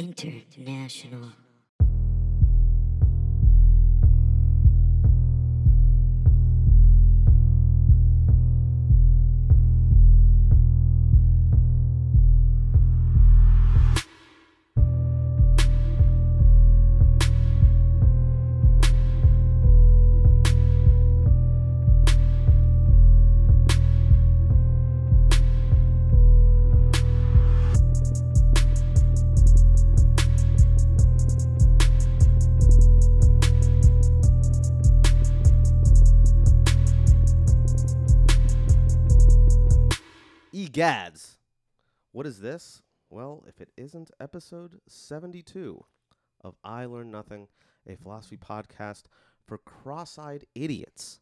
International. E Egads. What is this? Well, if it isn't episode 72 of I Learn Nothing, a philosophy podcast for cross eyed idiots.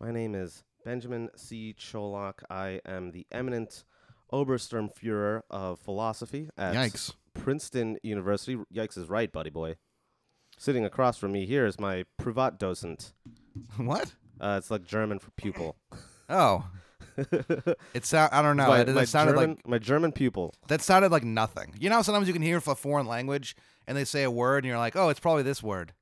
My name is Benjamin C. Cholak. I am the eminent Obersturmfuhrer of philosophy at Yikes. Princeton University. Yikes is right, buddy boy. Sitting across from me here is my Privatdozent. What? Uh, it's like German for pupil. Oh, it sound I don't know. my, It, it my sounded German, like my German pupil. that sounded like nothing. You know, how sometimes you can hear a foreign language and they say a word, and you're like, oh, it's probably this word.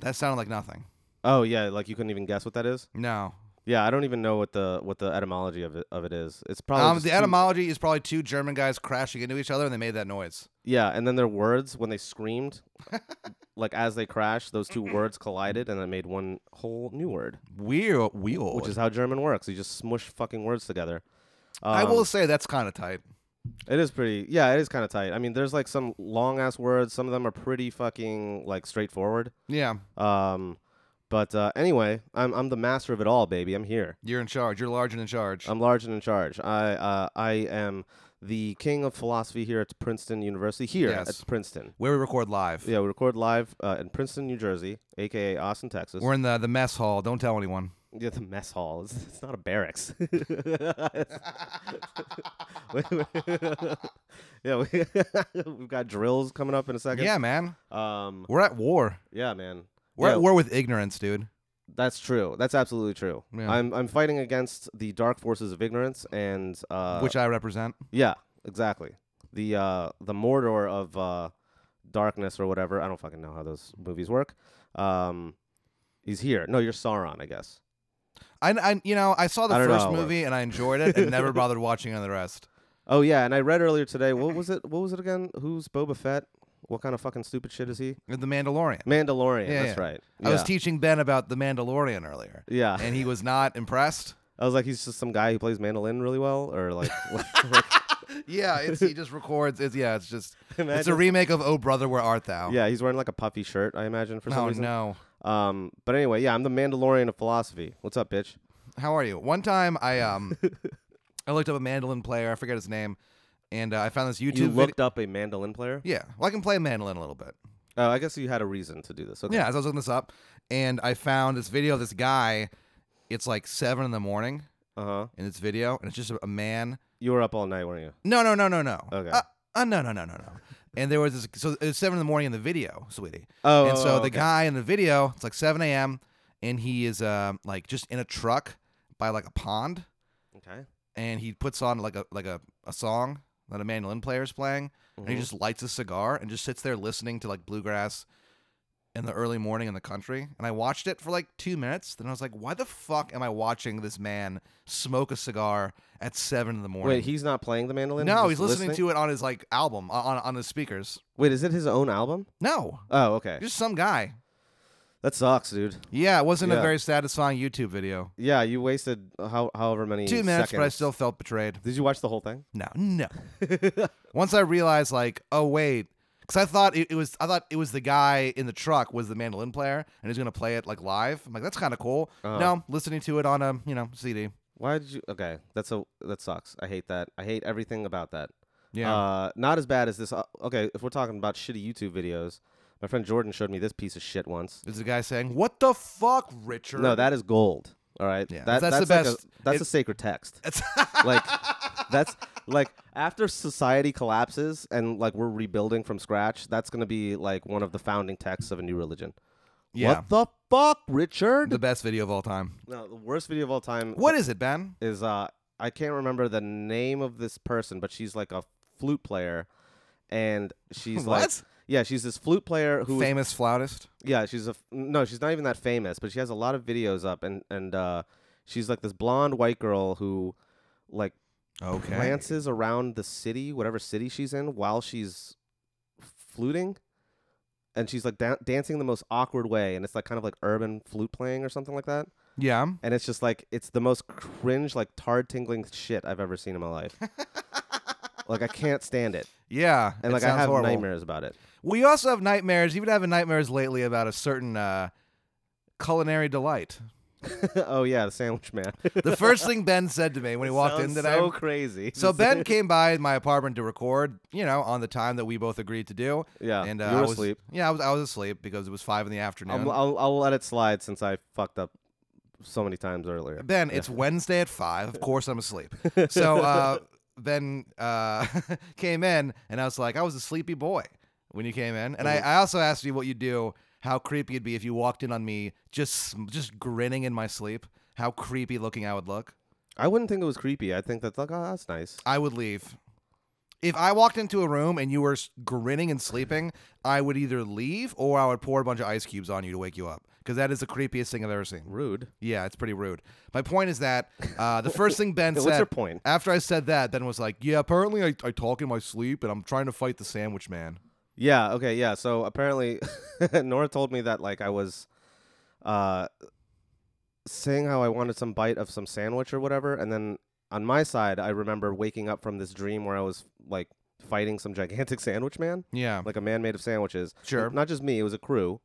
That sounded like nothing. Oh yeah, like you couldn't even guess what that is. No, Yeah, I don't even know what the what the etymology of it of it is. It's probably um, just the two- etymology is probably two German guys crashing into each other, and they made that noise. Yeah, and then their words when they screamed, like as they crashed, those two words collided and it made one whole new word, Weird, weird. which is how German works. You just smush fucking words together. I Um, will say that's kind of tight. It is pretty. Yeah, it is kind of tight. I mean, there's like some long ass words. Some of them are pretty fucking like straightforward. Yeah, Um, but uh, anyway, I'm I'm the master of it all, baby. I'm here. you're in charge. You're large and in charge. I'm large and in charge. I uh, I am the king of philosophy here at Princeton University. Here Yes. at Princeton. where we record live. Yeah, we record live uh, in Princeton, New Jersey, aka Austin, Texas. We're in the, the mess hall. Don't tell anyone. yeah, the mess hall. It's, it's not a barracks. yeah, we, we've got drills coming up in a second. Yeah, man. Um. We're at war. Yeah, man. We're Yeah. at war with ignorance, dude. That's true. That's absolutely true. Yeah. I'm I'm fighting against the dark forces of ignorance and uh, which I represent. Yeah, exactly. The uh the Mordor of uh darkness or whatever. I don't fucking know how those movies work. Um he's here. No, you're Sauron, I guess. I, I you know, I saw the I don't know first how it movie and I enjoyed it and never bothered watching the rest. Oh yeah, and I read earlier today, what was it what was it again? Who's Boba Fett? What kind of fucking stupid shit is he? The Mandalorian. Mandalorian, Yeah, that's yeah. right. I was Yeah. teaching Ben about the Mandalorian earlier, yeah. and he was not impressed. I was like he's just some guy who plays mandolin really well or like Yeah, it's, he just records. It's yeah, it's just it's a Imagine- remake of Oh Brother, Where Art Thou? Yeah, he's wearing like a puffy shirt, I imagine for some Oh reason. no. Um but anyway, yeah, I'm the Mandalorian of philosophy. What's up, bitch? How are you? One time I um I looked up a mandolin player. I forget his name, and uh, I found this YouTube. You vid- looked up a mandolin player? yeah, well, I can play a mandolin a little bit. Oh, I guess you had a reason to do this. Okay. Yeah, as I was looking this up, and I found this video of this guy. It's like seven in the morning Uh huh. in this video, and it's just a, a man. You were up all night, weren't you? No, no, no, no, no. Okay. Uh, uh, no, no, no, no, no. And there was this. So it was seven in the morning in the video, sweetie. Oh, and so oh, the okay. guy in the video, it's like seven a.m. and he is um like just in a truck by like a pond, Okay. and he puts on like a like a, a song that a mandolin player is playing, and he Mhm. just lights a cigar and just sits there listening to like bluegrass in the early morning in the country. And I watched it for like two minutes. Then I was like, why the fuck am I watching this man smoke a cigar at seven in the morning? Wait, he's not playing the mandolin. No, he's listening, to it on his like album on on his speakers. Wait, is it his own album? No, Oh, okay. just some guy. That sucks, dude. Yeah, it wasn't Yeah. a very satisfying YouTube video. Yeah, you wasted how however many Two minutes, but I seconds. still felt betrayed. Did you watch the whole thing? No, no. Once I realized, like, oh wait, because I thought it, it was, I thought it was the guy in the truck was the mandolin player, and he's gonna play it like live. I'm like, that's kind of cool. Uh-huh. No, listening to it on a you know CD. Why did you? Okay, that's a that sucks. I hate that. I hate everything about that. Yeah, Uh, not as bad as this. Uh, okay, if we're talking about shitty YouTube videos, my friend Jordan showed me this piece of shit once. is the guy saying, "What the fuck, Richard?" No, that is gold. All right. Yeah, That- that's the like a- best. that's It- a sacred text. That's- like that's like after society collapses and like we're rebuilding from scratch, that's gonna be like one of the founding texts of a new religion. yeah, What the fuck, Richard? the best video of all time. no, the worst video of all time. What is it, Ben? is uh I can't remember the name of this person, but she's like a flute player, and she's like, what? yeah, she's this flute player who is Famous flautist. yeah, she's a f- no, she's not even that famous, but she has a lot of videos up, and and uh, she's like this blonde white girl who like Okay. glances around the city, whatever city she's in, while she's fluting, and she's like dan dancing the most awkward way, and it's like kind of like urban flute playing or something like that, Yeah. and it's just like it's the most cringe, like tard tingling shit I've ever seen in my life. like I can't stand it, Yeah. and it like I sounds have horrible. nightmares about it. We also have nightmares. You've been having nightmares lately about a certain uh, culinary delight. oh yeah, the sandwich man. The first thing Ben said to me when he walked in Sounds today. so crazy. so Ben came by my apartment to record, you know, on the time that we both agreed to do. Yeah, and uh, you were I was asleep. Yeah, I was, I was asleep because it was five in the afternoon. I'm, I'll, I'll let it slide since I fucked up so many times earlier. Ben, it's Wednesday at five. Of course, I'm asleep. So uh, Ben uh, came in, and I was like, I was a sleepy boy when you came in, and I, I also asked you what you do, how creepy it'd be if you walked in on me just sm- just grinning in my sleep, how creepy looking I would look. I wouldn't think it was creepy. I think that's like, oh, that's nice. I would leave. If I walked into a room and you were s- grinning and sleeping, I would either leave or I would pour a bunch of ice cubes on you to wake you up because that is the creepiest thing I've ever seen. Rude. Yeah, it's pretty rude. My point is that uh, the first thing Ben What's said. your point? After I said that, Ben was like, "Yeah, apparently I, I talk in my sleep, and I'm trying to fight the sandwich man." Yeah. Okay. Yeah. So apparently, Nora told me that like I was, uh, saying how I wanted some bite of some sandwich or whatever, and then on my side, I remember waking up from this dream where I was like fighting some gigantic sandwich man, Yeah, like a man made of sandwiches. Sure. Not just me. It was a crew.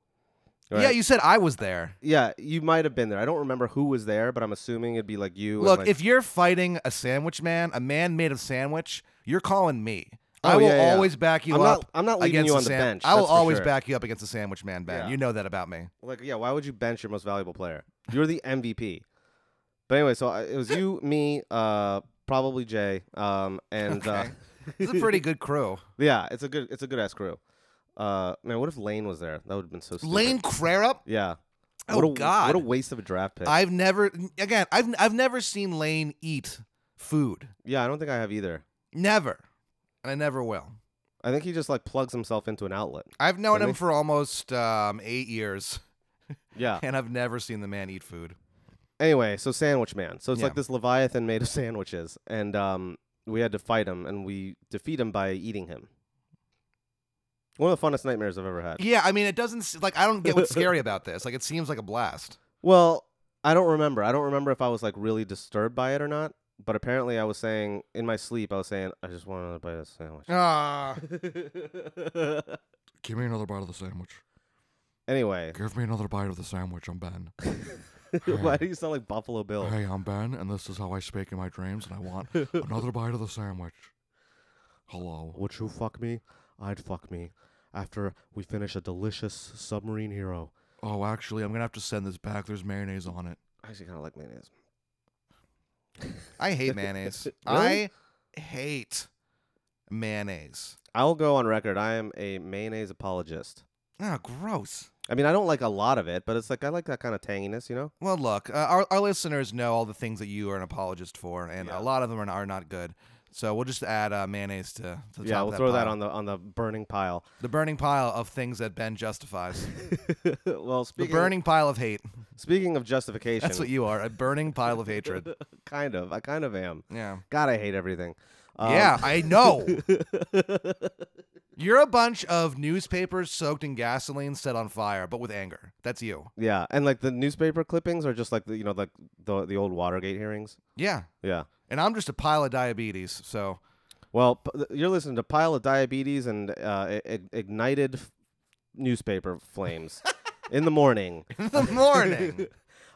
yeah. right? You said I was there. Yeah, you might have been there. I don't remember who was there, but I'm assuming it'd be like you. and, Look, like- if you're fighting a sandwich man, a man made of sandwich, you're calling me. I Oh, will yeah, yeah, yeah. always back you I'm up. not- I'm not leaving against you a on the san- bench, I will that's for always sure. back you up against the sandwich man, Ben. Yeah. You know that about me. like yeah, why would you bench your most valuable player? You're the MVP. But anyway, so I, it was you, me, uh, probably Jay, um, and uh, Okay. It's a pretty good crew. yeah, it's a good it's a good ass crew. Uh, man, what if Lane was there? That would have been so stupid. Lane Crarup. yeah. Oh, what a, God. What a waste of a draft pick. I've never again. I've I've never seen Lane eat food. yeah, I don't think I have either. Never, and I never will. I think he just like plugs himself into an outlet. I've known Really? him for almost um, eight years, Yeah. and I've never seen the man eat food. anyway, so Sandwich Man. So it's Yeah. like this Leviathan made of sandwiches, and um, we had to fight him, and we defeat him by eating him. One of the funnest nightmares I've ever had. Yeah, I mean, it doesn't s- like I don't get what's scary about this. Like, it seems like a blast. Well, I don't remember. I don't remember if I was like really disturbed by it or not. But apparently, I was saying in my sleep, I was saying, "I just want another bite of the Ah, sandwich." Give me another bite of the sandwich. anyway, Give me another bite of the sandwich. I'm Ben. why do you sound like Buffalo Bill? Hey, I'm Ben, and this is how I speak in my dreams, and I want another bite of the sandwich. Hello. Would you fuck me? I'd fuck me after we finish a delicious submarine hero. Oh, actually, I'm gonna have to send this back. There's mayonnaise on it. I actually kind of like mayonnaise. I hate mayonnaise. Really? I hate mayonnaise. I'll go on record. I am a mayonnaise apologist. Ah, gross. I mean, I don't like a lot of it, but it's like I like that kind of tanginess, you know? Well, look, uh, our our listeners know all the things that you are an apologist for, and Yeah. a lot of them are, are not good. So we'll just add uh, mayonnaise to, to the top yeah, of we'll throw that pile. on the on the burning pile. the burning pile of things that Ben justifies. well, the speaking burning pile of hate. speaking of justification, That's what you are—a burning pile of hatred. kind of, I kind of am. Yeah. God, I hate everything. Um, yeah, I know. You're a bunch of newspapers soaked in gasoline set on fire, but with anger. That's you. yeah, and like the newspaper clippings are just like the, you know like the the old Watergate hearings. Yeah. Yeah. And I'm just a pile of diabetes. So, Well, p- th- you're listening to pile of diabetes and uh, i- i- ignited f- newspaper flames in the morning. in the morning.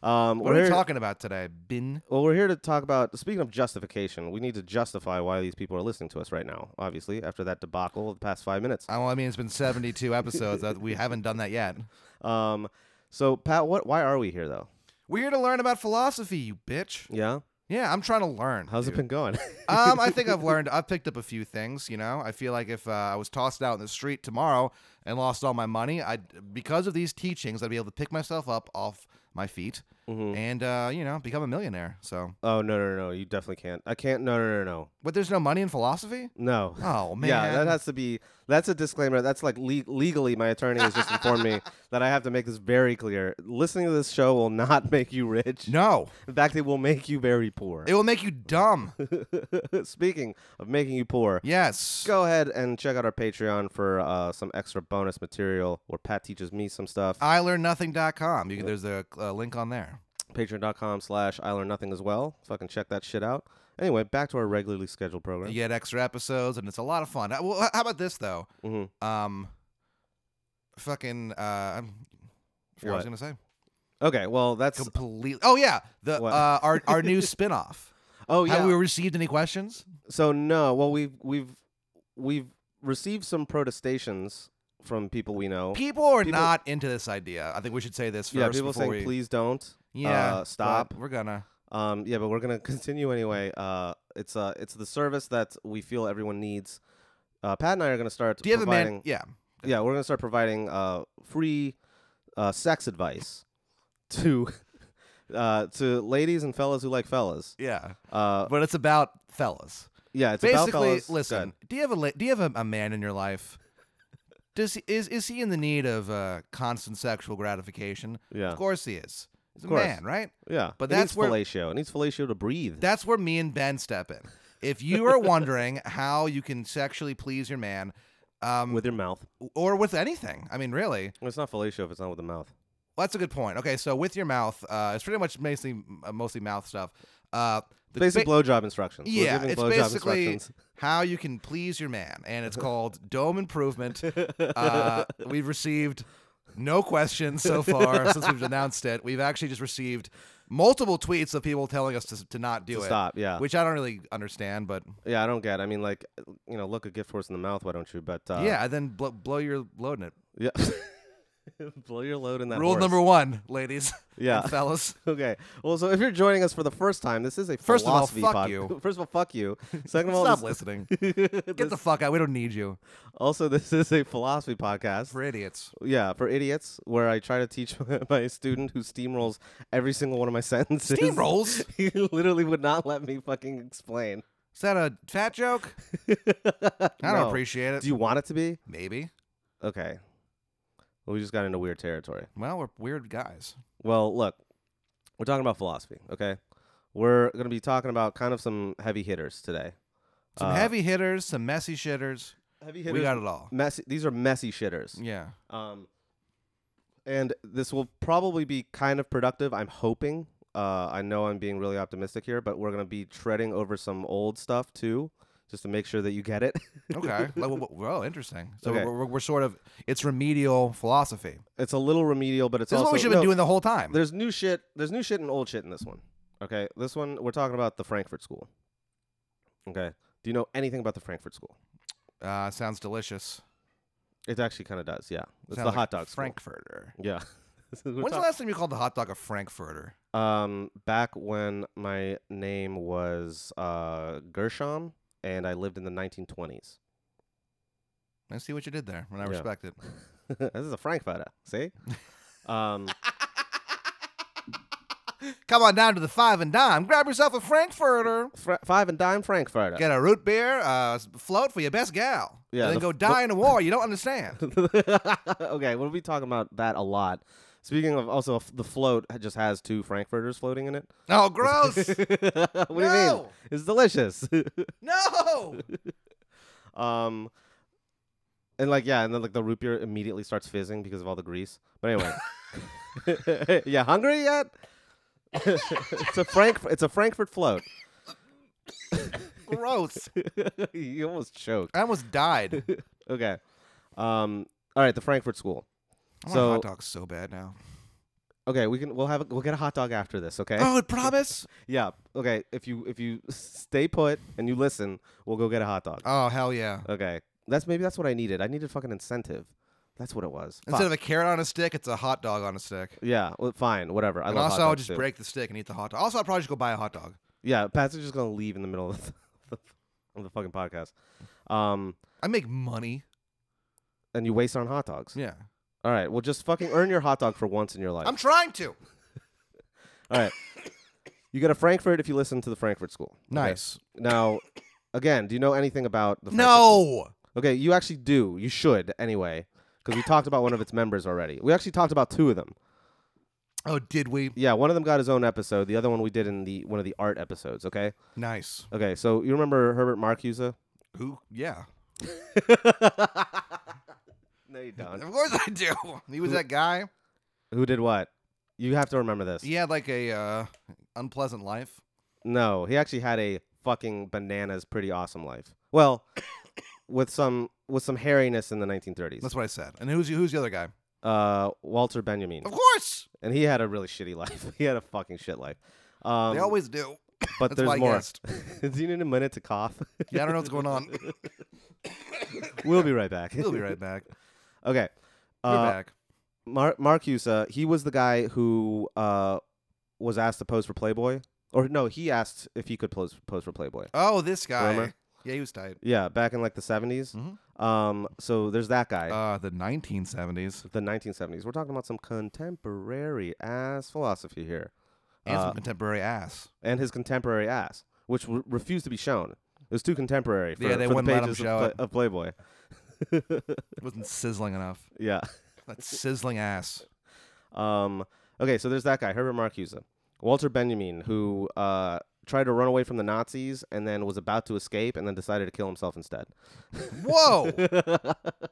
Um, what we're are we here- talking about today, Bin? Well, we're here to talk about. Speaking of justification, we need to justify why these people are listening to us right now. Obviously, after that debacle of the past five minutes. Oh, I mean, it's been 72 episodes. that we haven't done that yet. Um, so Pat, what? Why are we here though? We're here to learn about philosophy, you bitch. Yeah, Yeah, I'm trying to learn. how's dude. it been going? um, I think I've learned. I've picked up a few things. You know, I feel like if uh, I was tossed out in the street tomorrow and lost all my money, I'd because of these teachings, I'd be able to pick myself up off my feet Mhm. and uh, you know become a millionaire. So, Oh no no no! You definitely can't. I can't. No no no no but there's no money in philosophy. no. Oh man, Yeah, that has to be. That's a disclaimer. That's like le- legally, my attorney has just informed me that I have to make this very clear. Listening to this show will not make you rich. no. In fact, it will make you very poor. It will make you dumb. Speaking of making you poor, Yes. go ahead and check out our Patreon for uh, some extra bonus material where Pat teaches me some stuff. I learn nothing.com. You, can- there's a, a link on there. Patreon.com slash I learn nothing as well. Fucking check that shit out. Anyway, back to our regularly scheduled program. You get extra episodes, and it's a lot of fun. Uh, Well, h- how about this though? Mhm. Um, fucking. Uh, I'm, I forgot what I What? was gonna say. Okay, well, that's. Completely. Oh yeah, the What? uh, our our new spinoff. oh, yeah. Have we received any questions? So no, well we've we've we've received some protestations from people we know. People are Oh, People- not into this idea. I think we should say this first. yeah, people before saying we- please don't. Yeah, uh, but stop. We're gonna. Um, yeah, but we're gonna continue anyway. Uh, it's uh, it's the service that we feel everyone needs. Uh, Pat and I are gonna start. Do you have a providing, man? Yeah. Yeah, we're gonna start providing uh free uh sex advice to uh to ladies and fellas who like fellas. Yeah. Uh, But it's about fellas. yeah, it's about Basically, fellas. Go listen. ahead. Do you have a la- do you have a, a man in your life? Does he, is is he in the need of uh, constant sexual gratification? Yeah, Of course he is. He's a course. man, right? yeah. But it needs that's where- fellatio. It needs fellatio to breathe. That's where me and Ben step in. If you are wondering how you can sexually please your man, um, with your mouth. or with anything, I mean, really, Well, It's not fellatio if it's not with the mouth. Well, that's a good point. Okay, so with your mouth, uh, it's pretty much mostly uh, mostly mouth stuff. Uh, the Basic ba- blowjob instructions. We're yeah, giving it's blowjob basically instructions. how you can please your man, and it's called dome improvement. Uh, we've received no questions so far since we've announced it. We've actually just received multiple tweets of people telling us to, to not do To it, stop. Yeah, which I don't really understand, but yeah. I don't get. It. I mean, like, you know, look a gift horse in the mouth. Why don't you? But uh, yeah, and then blow, blow your load in it. yeah. Blow your load in that. Rule horse. number one, ladies, Yeah. and fellas. Okay. Well, so if you're joining us for the first time, this is a First of all, philosophy fuck pod- you. First of all, fuck you. Second of all, Stop this- listening. Get the fuck out. We don't need you. also this is a philosophy podcast. For idiots. yeah, for idiots, where I try to teach my student who steamrolls every single one of my sentences. Steamrolls? Is he literally would not let me fucking explain. that a fat joke? I don't No. appreciate it. Do you want it to be? Maybe. Okay. Well, we just got into weird territory. Well, we're weird guys. Well, look, we're talking about philosophy, okay? We're going to be talking about kind of some heavy hitters today. Some Uh, heavy hitters, some messy shitters. heavy We got it all. messy. These are messy shitters. Yeah. Um, and this will probably be kind of productive. I'm hoping. Uh, I know I'm being really optimistic here, but we're going to be treading over some old stuff too, just to make sure that you get it. Okay. Like, well, well, interesting. So Okay. we're, we're, we're sort of, it's remedial philosophy. it's a little remedial, but it's This is also what we should have no, been doing the whole time. There's new shit. There's new shit and old shit in this one. Okay, this one we're talking about the Frankfurt School. Okay, do you know anything about the Frankfurt School? Uh, sounds delicious. It actually kind of does. Yeah, it's Sounds the like hot dog Frankfurter. School. Yeah. This is- we're When's the talk- last time you called the hot dog a Frankfurter? um, back when my name was uh, Gershom and I lived in the 1920s. I see what you did there, and I Yeah. respect it. this is a Frankfurter. See. Um, Come on down to the five and dime. Grab yourself a Frankfurter. Fra- five and dime Frankfurter. Get a root beer, uh, s- float for your best gal. Yeah, and then the go f- die in a war you don't understand. okay, we'll be talking about that a lot. Speaking of, also f- the float ha- just has two frankfurters floating in it. oh, gross. what do you mean? No. It's delicious. no. um, and like yeah, and then like the root beer immediately starts fizzing because of all the grease. But anyway, yeah, hungry yet? it's a Frank. It's a Frankfurt float. Gross. you almost choked. I almost died. Okay. Um. All right, the Frankfurt School. I want a So- hot dog so bad now. Okay, we can. We'll have. A, we'll get a hot dog after this. Okay. Oh, I promise? Yeah. Okay. If you if you stay put and you listen, we'll go get a hot dog. Oh, hell yeah. Okay. That's maybe that's what I needed. I needed fucking incentive. That's what it was. Instead of a carrot on a stick, it's a hot dog on a stick. a- yeah. Well, fine. Whatever. I and love also, hot I'll dogs, just too. break the stick and eat the hot dog. Also, I'll probably just go buy a hot dog. Yeah. Pat's just gonna leave in the middle of the, of the fucking podcast. Um. I make money. And you waste on hot dogs. Yeah. All right. Well, just fucking earn your hot dog for once in your life. I'm trying to. All right. You go to Frankfurt if you listen to the Frankfurt School. Okay. Nice. Now, again, do you know anything about the? Frankfurt School? No. Okay, you actually do. You should anyway, because we talked about one of its members already. We actually talked about two of them. Oh, did we? Yeah, one of them got his own episode. The other one we did in the one of the art episodes. Okay. Nice. Okay. So you remember Herbert Marcuse? Who? Yeah. no, you Of course I do. He was that guy. Who did what? You have to remember this. He had like a uh, unpleasant life. No, he actually had a fucking bananas, pretty awesome life. Well, with some with some hairiness in the 1930s. That's what I said. And who's who's the other guy? uh, Walter Benjamin, Of course. and he had a really shitty life. he had a fucking shit life. Um, they always do. but That's there's why I more. guessed. Do you need a minute to cough? Yeah, I don't know what's going on. we'll be right back. We'll be right back. Okay. We're Uh, back. Mar- Marcuse, uh, he was the guy who uh, was asked to pose for Playboy, or no, he asked if he could pose pose for Playboy. Oh, this guy. remember? Yeah, he was tight. Yeah, back in like the 70s. Mhm. Um, so there's that guy. Uh, the 1970s the 1970s. We're talking about some contemporary ass philosophy here, and Uh, some contemporary ass. and his contemporary ass, which w- refused to be shown. It was too contemporary for, Yeah, they for the wouldn't let him pages show of, Pla- it. of Playboy. It wasn't sizzling enough. yeah. That sizzling ass. Um, okay, so there's that guy, Herbert Marcuse, Walter Benjamin, who uh, tried to run away from the Nazis and then was about to escape and then decided to kill himself instead, Whoa.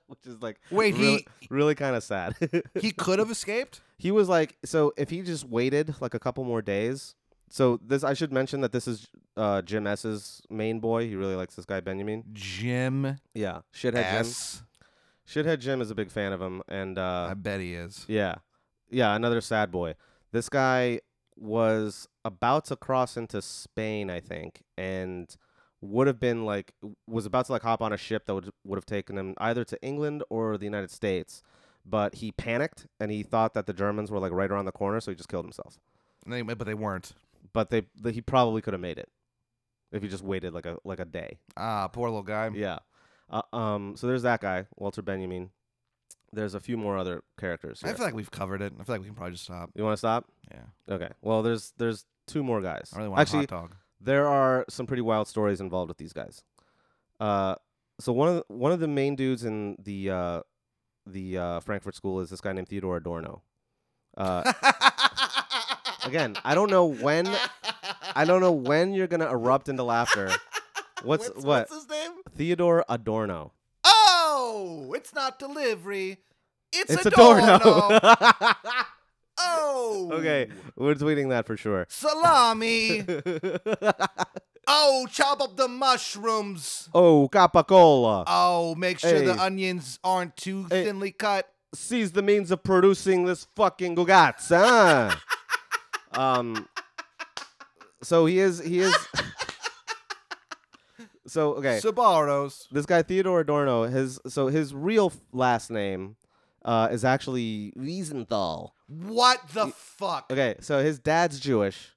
which is like Wait, really, really kind of sad. he he could have escaped. He was like, so if he just waited like a couple more days. So this, I should mention that this is uh, Jim S's main boy. He really likes this guy Benjamin. Jim Yeah, shithead ass. Jim. Shithead Jim is a big fan of him, and I uh, bet he is. yeah, yeah, another sad boy. This guy was about to cross into Spain, I think, and would have been like was about to like hop on a ship that would would have taken him either to England or the United States. But he panicked and he thought that the Germans were like right around the corner, so he just killed himself. And they, but they weren't. but they the, he probably could have made it if he just waited like a like a day. Ah, poor little guy. Yeah. Uh, um. So there's that guy, Walter Benjamin. There's a few more other characters. I here. feel like we've covered it. I feel like we can probably just stop. you want to stop? Yeah. Okay. Well, there's there's two more guys. I really want Actually, a hot dog. there are some pretty wild stories involved with these guys. Uh, so one of the, one of the main dudes in the uh, the uh, Frankfurt School is this guy named Theodore Adorno. Uh, again, I don't know when I don't know when you're gonna erupt into laughter. What's what? what's, What's his name? Theodore Adorno. Oh, it's not delivery. It's, It's a Adorno. doorknob. Oh. okay, we're tweeting that for sure. Salami. oh, chop up the mushrooms. oh, capicola. Oh, make sure the Hey. onions aren't too Hey. thinly cut. Seize the means of producing this fucking gugatz, huh? um. So he is. He is. so okay. Sabaros. this guy Theodore Adorno. His so his real f- last name uh, is actually Wiesenthal. What the fuck? Okay, so his dad's Jewish.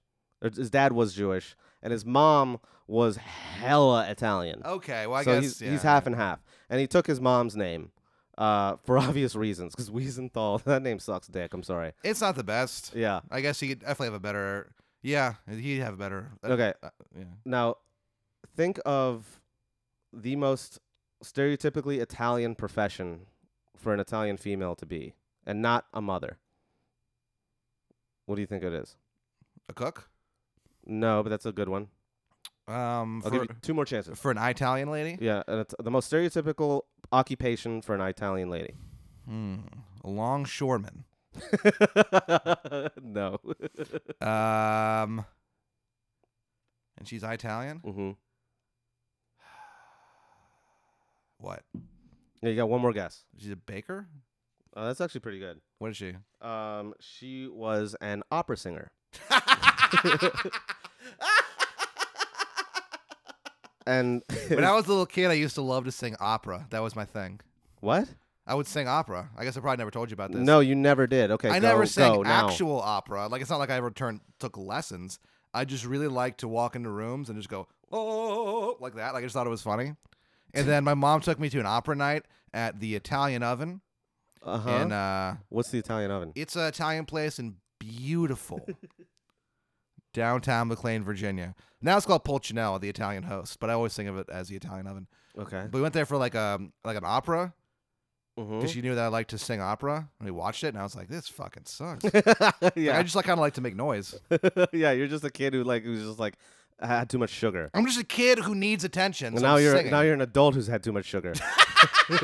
Or his dad was Jewish, and his mom was hella Italian. Okay, well, I so guess he's, yeah, he's half and half. And he took his mom's name uh, for obvious reasons, because Wiesenthal, that name sucks dick. I'm sorry. It's not the best. Yeah. I guess he could definitely have a better. Yeah, he'd have a better. Okay. uh, yeah. Now, think of the most stereotypically Italian profession for an Italian female to be, and not a mother. What do you think it is? A cook? No, but that's a good one. Um, I'll for, give you two more chances. for an Italian lady? Yeah, and it's the most stereotypical occupation for an Italian lady. Hmm. A longshoreman. no. Um, and she's Italian? hmm What? Yeah, you got one more guess. She's a baker? Uh, that's actually pretty good. What is she? Um, she was an opera singer, and when I was a little kid, I used to love to sing opera. That was my thing. what? I would sing opera. I guess I probably never told you about this. No, you never did. Okay, I go- never sang go now. actual opera. Like it's not like I ever turned took lessons. I just really liked to walk into rooms and just go oh like that. Like I just thought it was funny. And then my mom took me to an opera night at the Italian Oven, Uh-huh. and uh, What's the Italian oven? it's an Italian place and beautiful. downtown McLean, Virginia. Now it's called Pulcinella, the Italian host, but I always think of it as the Italian oven. Okay. But we went there for like a like an opera Mhm. because she knew that I liked to sing opera, and we watched it, and I was like, this fucking sucks. Like, I yeah. just like kind of like to make noise. yeah. You're just a kid who like who's just like had too much sugar. I'm just a kid who needs attention. And so now I'm you're singing. now you're an adult who's had too much sugar.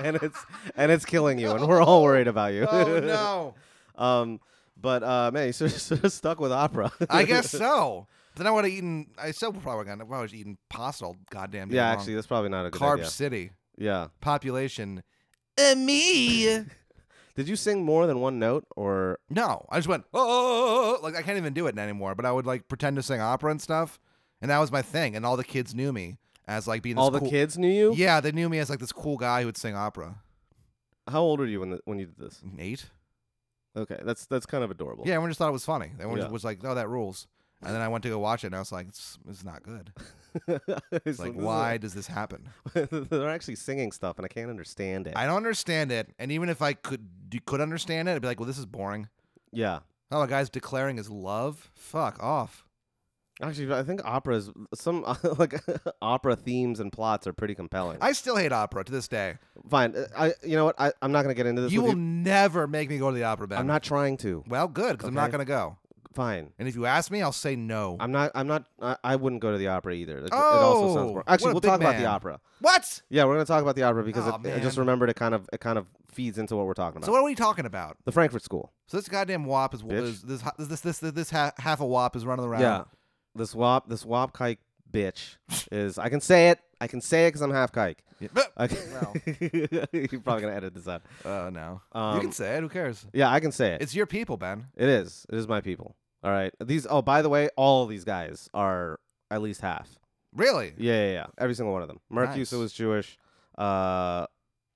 and it's and it's killing you, and we're all worried about you. Oh no! um, but uh, man, you're sort of stuck with opera. I guess so. Then I would have eaten. I still probably got. I was eating pasta all goddamn. day yeah, long. actually, that's probably not a good carb idea. city Yeah. population. Uh, me. Did you sing more than one note, or no, I just went oh like I can't even do it anymore. But I would like pretend to sing opera and stuff, and that was my thing. And all the kids knew me as like being this all the cool- kids knew you? Yeah, they knew me as like this cool guy who would sing opera. How old were you when the, when you did this? Eight. Okay, that's that's kind of adorable. Yeah, everyone just thought it was funny. Everyone Yeah. just was like, "Oh, that rules." And then I went to go watch it, and I was like, "It's, it's not good. It's It's like, this is- why does this happen? they're actually singing stuff, and I can't understand it. I don't understand it. And even if I could, you could understand it, I'd be like, well, this is boring. yeah. Oh, a guy's declaring his love. Fuck off. Actually, I think operas some like opera themes and plots are pretty compelling. I still hate opera to this day. Fine, uh, I you know what I I'm not gonna get into this. you with will never make me go to the opera, Ben. I'm not trying to. Well, good because I'm not Okay. gonna go. Fine, And if you ask me, I'll say no. I'm not. I'm not. I, I wouldn't go to the opera either. It, it also sounds. Oh, Boring. what Actually, a we'll big talk about the man. opera. what? Yeah, we're gonna talk about the opera because Aw, it, I just man. remembered it kind of it kind of feeds into what we're talking about. So what are we talking about? the Frankfurt School. So this goddamn wop is, Bitch. is this ho- this this this, this ha- half a wop is running around. this wop this wop kike bitch is. I can say it. I can say it because I'm half kike. Yeah. But- I can- Well. You're probably gonna edit this out. Uh, no. Um, you can say it. Who cares? Yeah, I can say it. It's your people, Ben. It is. It is my people. All right. These. Oh, by the way, all these guys are at least half. Really? Yeah, yeah, yeah. Every single one of them. Mark Nice. Yusa was Jewish. Uh,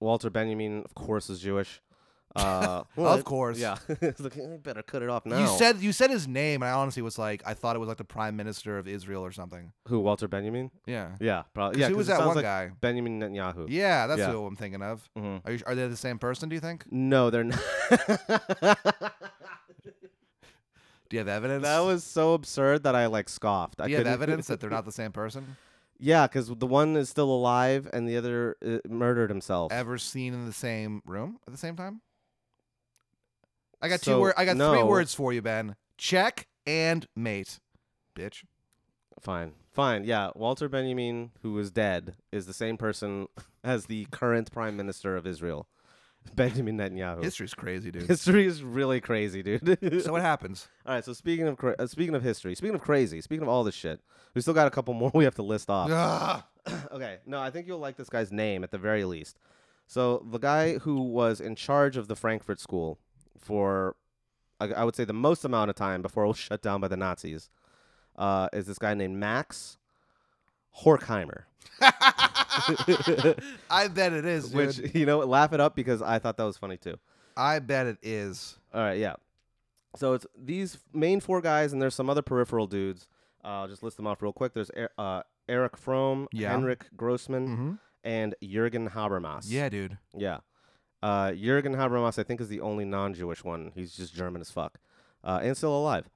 Walter Benjamin, of course, is Jewish. Uh, Of course. Yeah. He's like, I better cut it off now. You said you said his name, and I honestly was like, I thought it was like the prime minister of Israel or something. who? Walter Benjamin? Yeah. Yeah, probably. Uh, 'Cause Yeah, who 'cause was it that sounds one like guy? Benjamin Netanyahu. Yeah, that's Yeah. who I'm thinking of. Mhm. Are you, are they the same person? Do you think? No, they're not. Do you have evidence? that was so absurd that I like scoffed. I Do you have couldn't- evidence that they're not the same person? Yeah, because the one is still alive and the other uh, murdered himself. Ever seen in the same room at the same time? I got So, two. Wor- I got three no. words for you, Ben. Check and mate, bitch. Fine. Fine. Yeah. Walter Benjamin, who is dead, is the same person as the current prime minister of Israel, Benjamin Netanyahu. History's crazy, dude. History is really crazy, dude. so what happens? all right. So speaking of cra- uh, speaking of history, speaking of crazy, speaking of all this shit, we still got a couple more we have to list off. Ugh. okay. No, I think you'll like this guy's name at the very least. So the guy who was in charge of the Frankfurt School for, I, I would say, the most amount of time before it was shut down by the Nazis, uh, is this guy named Max Horkheimer. I bet it is, Which dude. you know, laugh it up because I thought that was funny too. I bet it is. All right, yeah. So it's these main four guys, and there's some other peripheral dudes. Uh, I'll just list them off real quick. There's Er- uh, Eric Fromm, Yeah. Henrik Grossman, Mm-hmm. and Jürgen Habermas. Yeah, dude. Yeah. Uh, Jürgen Habermas, I think, is the only non Jewish one. He's just German as fuck uh, and still alive.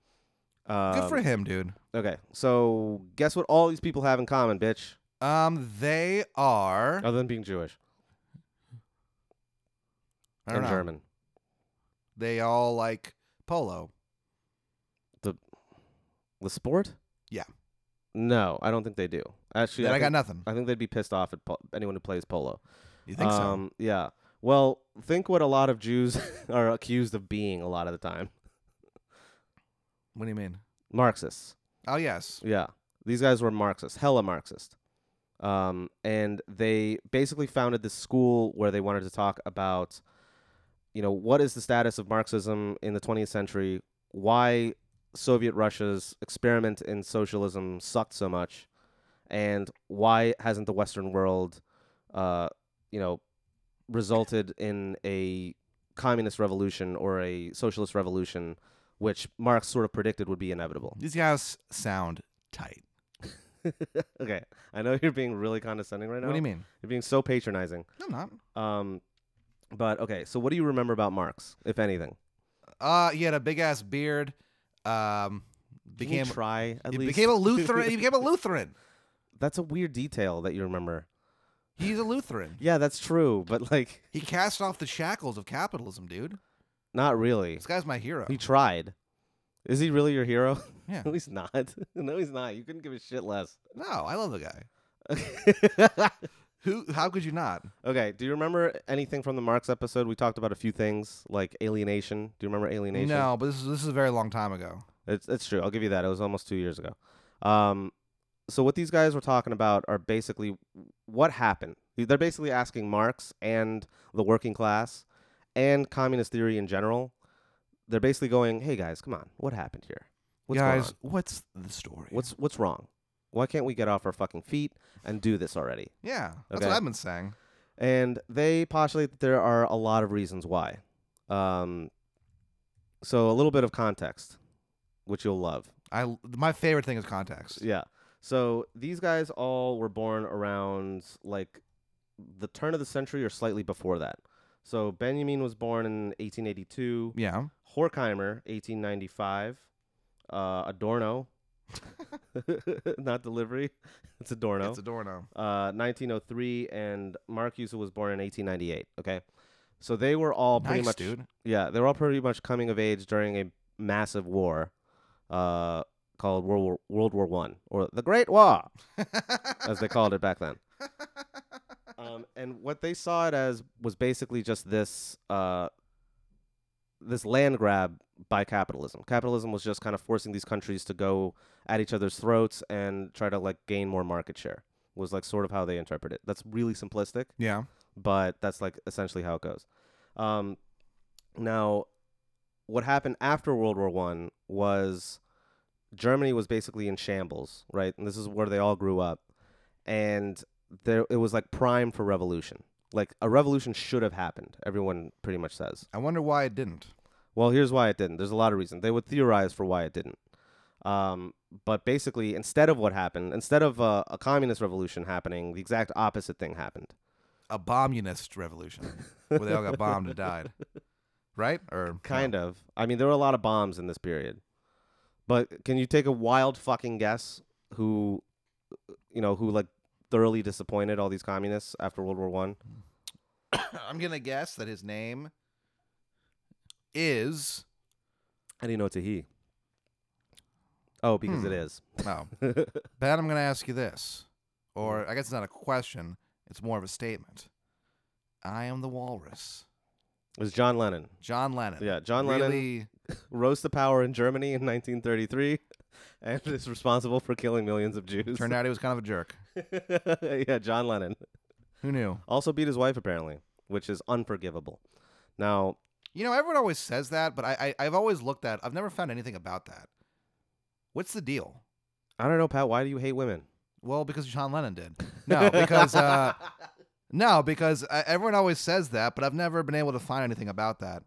Uh, Good for him, dude. Okay. So, guess what all these people have in common, bitch? Um, they are. Other than being Jewish I don't and know. German. They all like polo. The sport? Yeah. No, I don't think they do. Actually, Then I, I, got think, nothing. I think they'd be pissed off at po- anyone who plays polo. You think so? um, Yeah. Well, think what a lot of Jews are accused of being a lot of the time What do you mean? Marxists. Oh yes. Yeah. These guys were Marxist, hella Marxist. Um, and they basically founded this school where they wanted to talk about, you know, what is the status of Marxism in the 20th century? Why Soviet Russia's experiment in socialism sucked so much? And why hasn't the Western world, uh, you know, resulted in a communist revolution or a socialist revolution, which Marx sort of predicted would be inevitable? These guys sound tight. okay, I know you're being really condescending right now. What do you mean? You're being so patronizing. No, I'm not. Um, but okay, so what do you remember about Marx, if anything? Uh, he had a big ass beard. Can Um, you became try at he least. became a Lutheran. he became a Lutheran. That's a weird detail that you remember. He's a Lutheran. Yeah, that's true, but like He cast off the shackles of capitalism, dude. not really. This guy's my hero. He tried. Is he really your hero? Yeah. no, he's not. no, he's not. You couldn't give a shit less. No, I love the guy. Who? How could you not? okay. Do you remember anything from the Marx episode? We talked about a few things like alienation. Do you remember alienation? No, but this is this is a very long time ago. It's it's true. I'll give you that. It was almost two years ago. Um, so what these guys were talking about are basically what happened. They're basically asking Marx and the working class and communist theory in general. They're basically going, "Hey guys, come on, what happened here? What's going Guys, on? what's the story? what's what's wrong? Why can't we get off our fucking feet and do this already?" yeah? That's Okay. what I've been saying. and they postulate that there are a lot of reasons why. Um, so a little bit of context, which you'll love. I my favorite thing is context. Yeah. So these guys all were born around like the turn of the century or slightly before that. So Benjamin was born in 1882, Yeah. Horkheimer 1895, uh, Adorno, not delivery, it's Adorno, It's Adorno. uh, 1903, and Marcuse was born in 1898. Okay, so they were all pretty nice, much dude. yeah, they were all pretty much coming of age during a massive war uh, called World War, World War One or the Great War, as they called it back then. Um, and what they saw it as was basically just this uh, this land grab by capitalism. Capitalism was just kind of forcing these countries to go at each other's throats and try to like gain more market share. Was like sort of how they interpret it. That's really simplistic yeah. but that's like essentially how it goes. Um, now, what happened after World War One was Germany was basically in shambles, right? And this is where they all grew up, and there it was like prime for revolution. Like a revolution should have happened. Everyone pretty much says. I wonder why it didn't. Well, here's why it didn't. There's a lot of reasons. They would theorize for why it didn't. Um, but basically, instead of what happened, instead of uh, a communist revolution happening, the exact opposite thing happened. A bombunist revolution where they all got bombed and died. Right? Or Kind of. I mean, there were a lot of bombs in this period. But can you take a wild fucking guess who, you know, who like thoroughly disappointed all these communists after World War One? I'm gonna guess that his name is I didn't know it's a he. Oh, because it Hmm. is. no. Ben, I'm gonna ask you this, or I guess it's not a question; it's more of a statement. I am the walrus, It was John Lennon. John Lennon. Yeah, John Lennon really, rose to power in Germany in 1933 and is responsible for killing millions of Jews. Turned out he was kind of a jerk. yeah, John Lennon. Who knew? Also beat his wife apparently, which is unforgivable. Now, You know, everyone always says that, but I, I I've always looked at. I've never found anything about that. What's the deal? I don't know, Pat, why do you hate women? Well, because John Lennon did. No, because uh, no, because uh, everyone always says that, but I've never been able to find anything about that.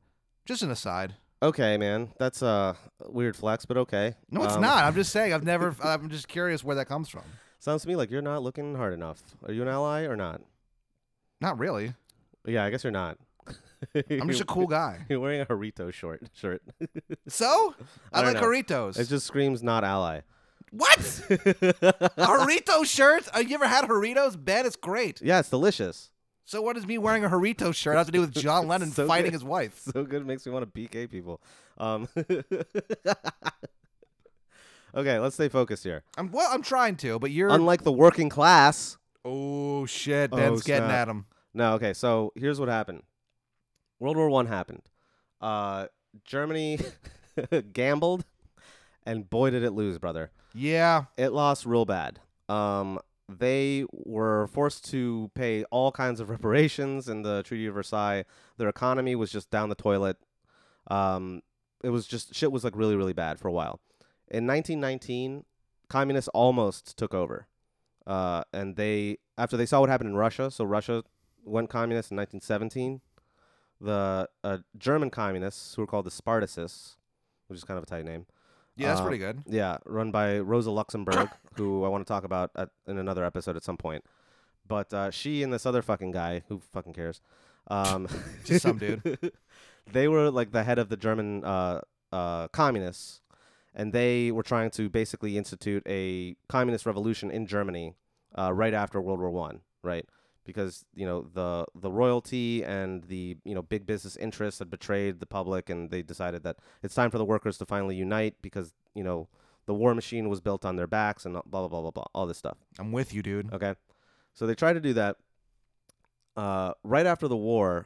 Just an aside. Okay, man, that's a weird flex, but okay. No, it's Um, not. I'm just saying. I've never. I'm just curious where that comes from. Sounds to me like you're not looking hard enough. Are you an ally or not? Not really. Yeah, I guess you're not. I'm just a cool guy. You're wearing a Harito short shirt. So I, don't like know. Doritos. It just screams not ally. What? Harito shirt? Have you ever had Haritos? Ben, it's great. Yeah, it's delicious. So what does me wearing a Harito shirt have to do with John Lennon So fighting good. his wife? So good, makes me want to PK people. Um, okay, let's stay focused here. I'm well, I'm trying to, but you're Unlike the working class, Oh shit, Oh, Ben's getting snap. at him. No, okay. So here's what happened. World War One happened. Uh, Germany gambled, and boy did it lose, brother. Yeah. It lost real bad. Um, they were forced to pay all kinds of reparations in the Treaty of Versailles. Their economy was just down the toilet. Um, it was just shit was like really really bad for a while. In 1919, communists almost took over, uh, and they after they saw what happened in Russia, so Russia went communist in 1917. The uh, German communists, who were called the Spartacists, which is kind of a tight name, Yeah, that's Uh, pretty good. yeah, run by Rosa Luxemburg, who I want to talk about at, in another episode at some point. But uh, she and this other fucking guy, who fucking cares? Um, Just some dude. they were like the head of the German uh, uh, communists, and they were trying to basically institute a communist revolution in Germany uh, right after World War One, right? Because you know the the royalty and the you know big business interests had betrayed the public, and they decided that it's time for the workers to finally unite because you know the war machine was built on their backs and blah blah blah blah blah all this stuff. I'm with you, dude. Okay. So they tried to do that uh, right after the war,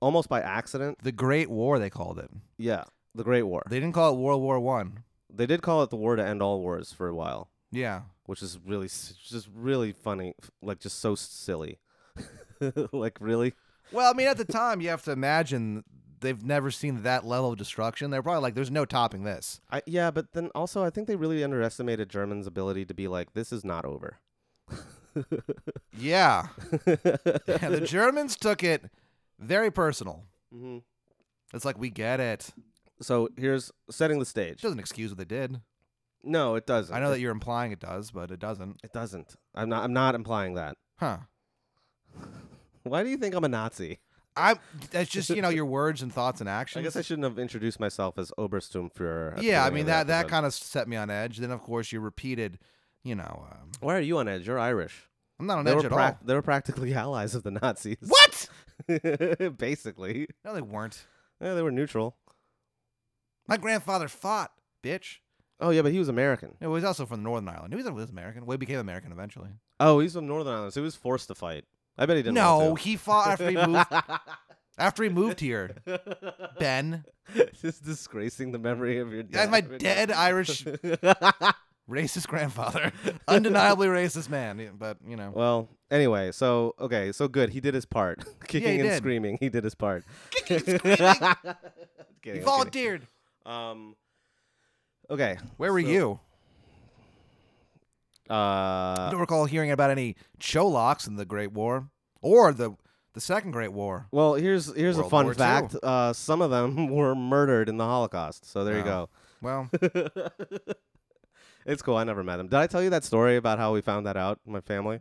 almost by accident. The Great War, they called it. Yeah, the Great War. They, They didn't call it World War One. did call it the war to end all wars for a while, Yeah, which is really s- just really funny, f- like just so silly. like really? Well, I mean, at the time, you have to imagine they've never seen that level of destruction. They're probably like, "There's no topping this." I yeah, but then also I think they really underestimated Germans' ability to be like this is not over. Yeah, Yeah, Mm-hmm. the Germans took it very personal. hmm It's like we get it. So here's setting the stage. It doesn't excuse what they did. No, it doesn't. I know It- that you're implying it does, but it doesn't. it doesn't. I'm not. I'm not implying that. Huh? Why do you think I'm a Nazi? I. That's just you know your words and thoughts and actions. I guess I shouldn't have introduced myself as Obersturmfuhrer. at the yeah, I beginning mean of that the that episode. kind of set me on edge. Then of course you repeated, you know, um, Why are you on edge? You're Irish. I'm not on they edge were at prac- all. They were practically allies of the Nazis. What? What? Basically, No, they weren't. yeah, they were neutral. My grandfather fought, bitch. Oh yeah, but he was American. No, he was also from Northern Ireland. He was, he was American. Well, he became American eventually. Oh, he's from Northern Ireland, so he was forced to fight. I bet he didn't. no, want he fought after he moved. to. after he moved here, Ben. Just disgracing the memory of your dad. That's my dead Irish racist grandfather, undeniably racist man. yeah, But you know, well, anyway, so okay, so good. He did his part, kicking and did. screaming. He did his part. he Kidding, I'm kidding. volunteered. Um. Okay. Where were so, you? I Uh. don't recall hearing about any Cholocks in the Great War or the the Second Great War. Well, here's here's a World fun War fact. Two. Uh, some of them were murdered in the Holocaust. So there you Oh. go. Well, It's cool. I never met them. Did I tell you that story about how we found that out? My family.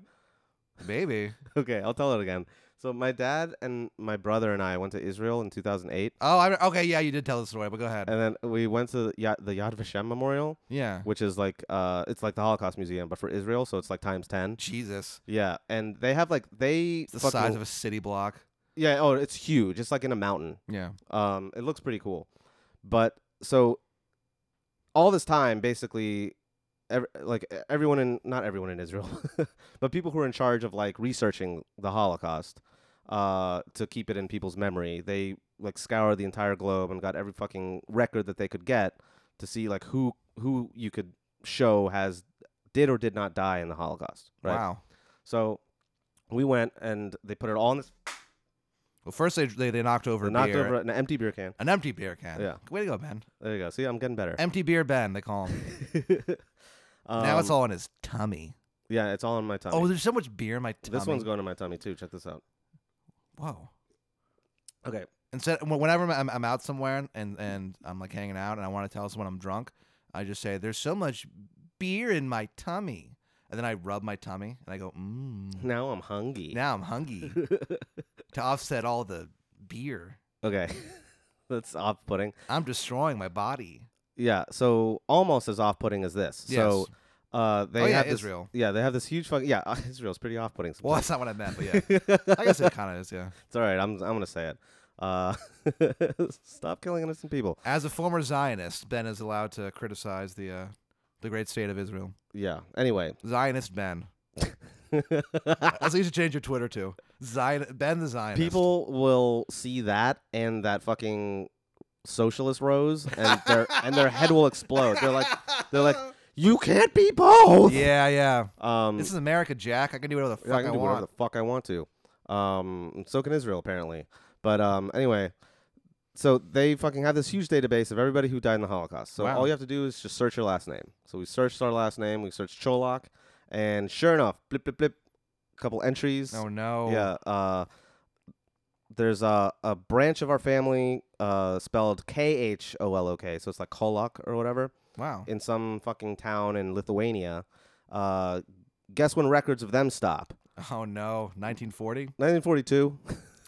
maybe. Okay, I'll tell it again. So my dad and my brother and I went to Israel in 2008, Oh, I, okay. Yeah, you did tell the story, but go ahead. and then we went to the Yad, the Yad Vashem Memorial, Yeah. which is like uh, it's like the Holocaust Museum, but for Israel, so it's like times ten. Jesus, Yeah, and they have like they it's the fucking- size of a city block. yeah. Oh, it's huge. It's like in a mountain. Yeah. Um, it looks pretty cool. But so all this time, basically, ev- like e- everyone in not everyone in Israel, but people who are in charge of like researching the Holocaust uh, to keep it in people's memory, they like scoured the entire globe and got every fucking record that they could get to see like who who you could show has did or did not die in the Holocaust. Right. Wow. So we went and they put it all in this. Well, first they they, they knocked over They a knocked beer, over an empty beer can. an empty beer can. Yeah. Way to go, Ben. There you go. See, I'm getting better. Empty beer Ben, they call him. now it's Um, all in his tummy. yeah, it's all in my tummy. Oh, there's so much beer in my tummy. this one's going to my tummy too. Check this out. Whoa. Okay. Instead, wh- whenever I'm- I'm, I'm out somewhere and, and I'm like hanging out and I want to tell someone I'm drunk, I just say, "There's so much beer in my tummy," and then I rub my tummy and I go, "Mmm." Now I'm hungry. Now I'm hungry to offset all the beer. okay. That's off-putting. I'm destroying my body. Yeah. So almost as off-putting as this. So Yes. uh, they oh yeah, have this, Israel. Yeah, they have this huge fucking. Yeah, Israel's pretty off-putting. Well, Sometimes. that's not what I meant, but yeah, I guess it kind of is. Yeah. it's all right. I'm I'm gonna say it. Uh, stop killing innocent people. As a former Zionist, Ben is allowed to criticize the uh, the great state of Israel. Yeah. Anyway. Zionist Ben. That's what you should change your Twitter to. Zion Ben the Zionist. People will see that and that fucking socialist rose, and their and their head will explode. They're like, they're like, you can't be both. Yeah, yeah. Um, This is America, Jack. I can do whatever the fuck yeah, I I, can do whatever the want. fuck I want to. Um, and so can Israel apparently. But um, anyway, so they fucking have this huge database of everybody who died in the Holocaust. So Wow. all you have to do is just search your last name. So we searched our last name. We searched Cholak, and sure enough, blip blip blip, couple entries. Oh no. Yeah. Uh, there's a, a branch of our family uh, spelled K H O L O K, so it's like Kolok or whatever, Wow. in some fucking town in Lithuania. Uh, guess when records of them stop? Oh no. 1940. 1942.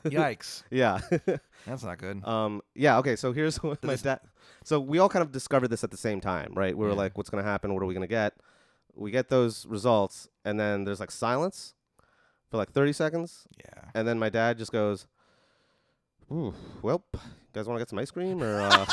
Yikes. yeah. That's not good. um, yeah. Okay. So here's what my this- dad. So we all kind of discovered this at the same time, right? We were Yeah. like, "What's going to happen? What are we going to get?" We get those results, and then there's like silence for like 30 seconds, yeah. and then my dad just goes, "Ooh, well, you guys want to get some ice cream or?" Uh...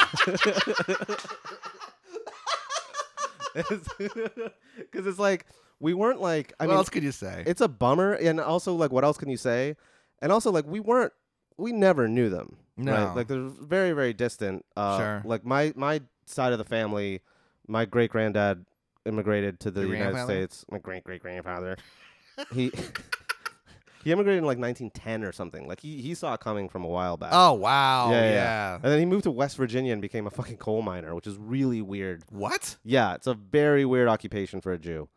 Because it's like we weren't like I what mean, else could you say? it's a bummer and also like what else can you say and also like we weren't we never knew them No. right? like they're very very distant uh Sure. like my my side of the family my great granddad immigrated to the Your united grandfather? states my great great grandfather he he immigrated in like 1910 or something like he, he saw it coming from a while back oh wow. Yeah, Yeah. yeah, and then he moved to west virginia and became a fucking coal miner which is really weird What? yeah it's a very weird occupation for a jew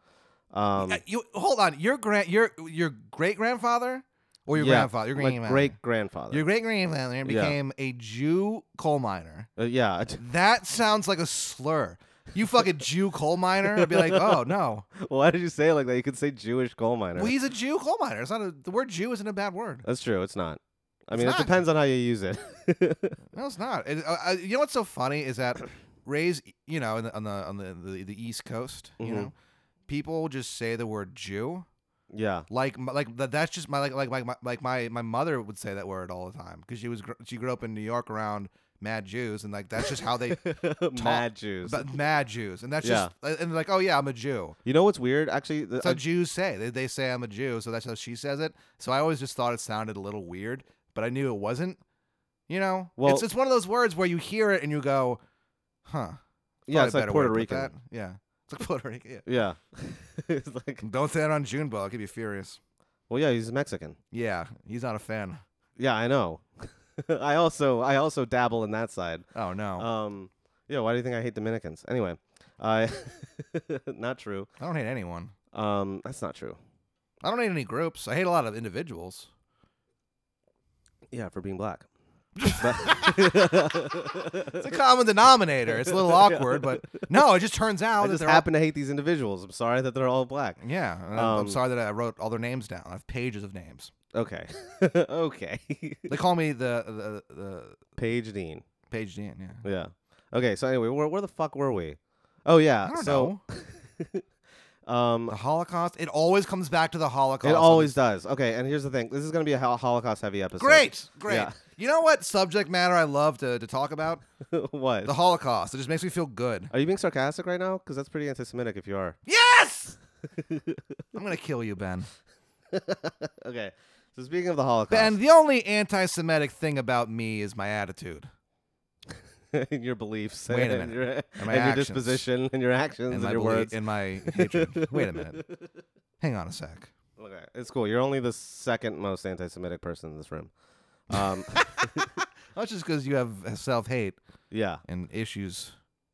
um Uh, you hold on. Your grand your your great grandfather or your yeah, grandfather? Your my great great grandfather Your great grandfather became a Jew coal miner. Uh, yeah, t- That sounds like a slur. You fucking Jew coal miner would be like, oh no. why did you say it like that? You could say Jewish coal miner. Well, he's a Jew coal miner. It's not a, the word Jew isn't a bad word. That's true. It's not. I It's mean, not. it depends on how you use it. No, it's not. It, uh, uh, you know what's so funny is that raised, you know, in the, on the on the, the, the East Coast, Mhm. you know, people just say the word Jew. yeah. Like m- like th- that's just my like like like my like my, my mother would say that word all the time because she was gr- she grew up in New York around mad Jews and like that's just how they Mad Jews. but mad Jews and that's just and like oh yeah I'm a Jew. you know what's weird? Actually, the, uh, That's how Jews say they they say I'm a Jew so that's how she says it. So I always just thought it sounded a little weird, but I knew it wasn't. You know, Well- it's it's one of those words where you hear it and you go, yeah, huh? probably it's a like better Puerto way to put Rican. that. Yeah, it's like Puerto Rican. Yeah. Yeah. it's like, Don't say that on Junebug. I'll be furious. well, yeah, he's Mexican. Yeah, he's not a fan. Yeah, I know. I also I also dabble in that side. Oh no, Um, yeah. Why do you think I hate Dominicans? Anyway, I not true. I don't hate anyone. Um, that's not true. I don't hate any groups. I hate a lot of individuals. Yeah, for being black. It's a common denominator. It's a little awkward, but no, it just turns out I that just they're all- happen to hate these individuals. I'm sorry that they're all black. yeah, and I'm- Um, I'm sorry that I wrote all their names down. I have pages of names. Okay. okay. They call me the the, the Paige Dean. Page Dan. Yeah. Yeah. Okay. So anyway, where, where the fuck were we? Oh yeah. I don't so know. um, The Holocaust. It always comes back to the Holocaust. it on always does. Okay. And here's the thing. This is gonna be a hol- Holocaust heavy episode. this- Great, great. Yeah. You know what subject matter I love to, to talk about? what? The Holocaust. It just makes me feel good. are you being sarcastic right now? Because that's pretty anti-Semitic if you are. Yes! I'm going to kill you, Ben. Okay. So speaking of the Holocaust, Ben, the only anti Semitic thing about me is my attitude and your beliefs, Wait a and, your, and, my your actions. disposition, and your actions, and, and, my, your belie- words. and my hatred. Wait a minute. Hang on a sec. Okay, it's cool. You're only the second most anti-Semitic person in this room. Um, That's just because you have self hate yeah. and issues.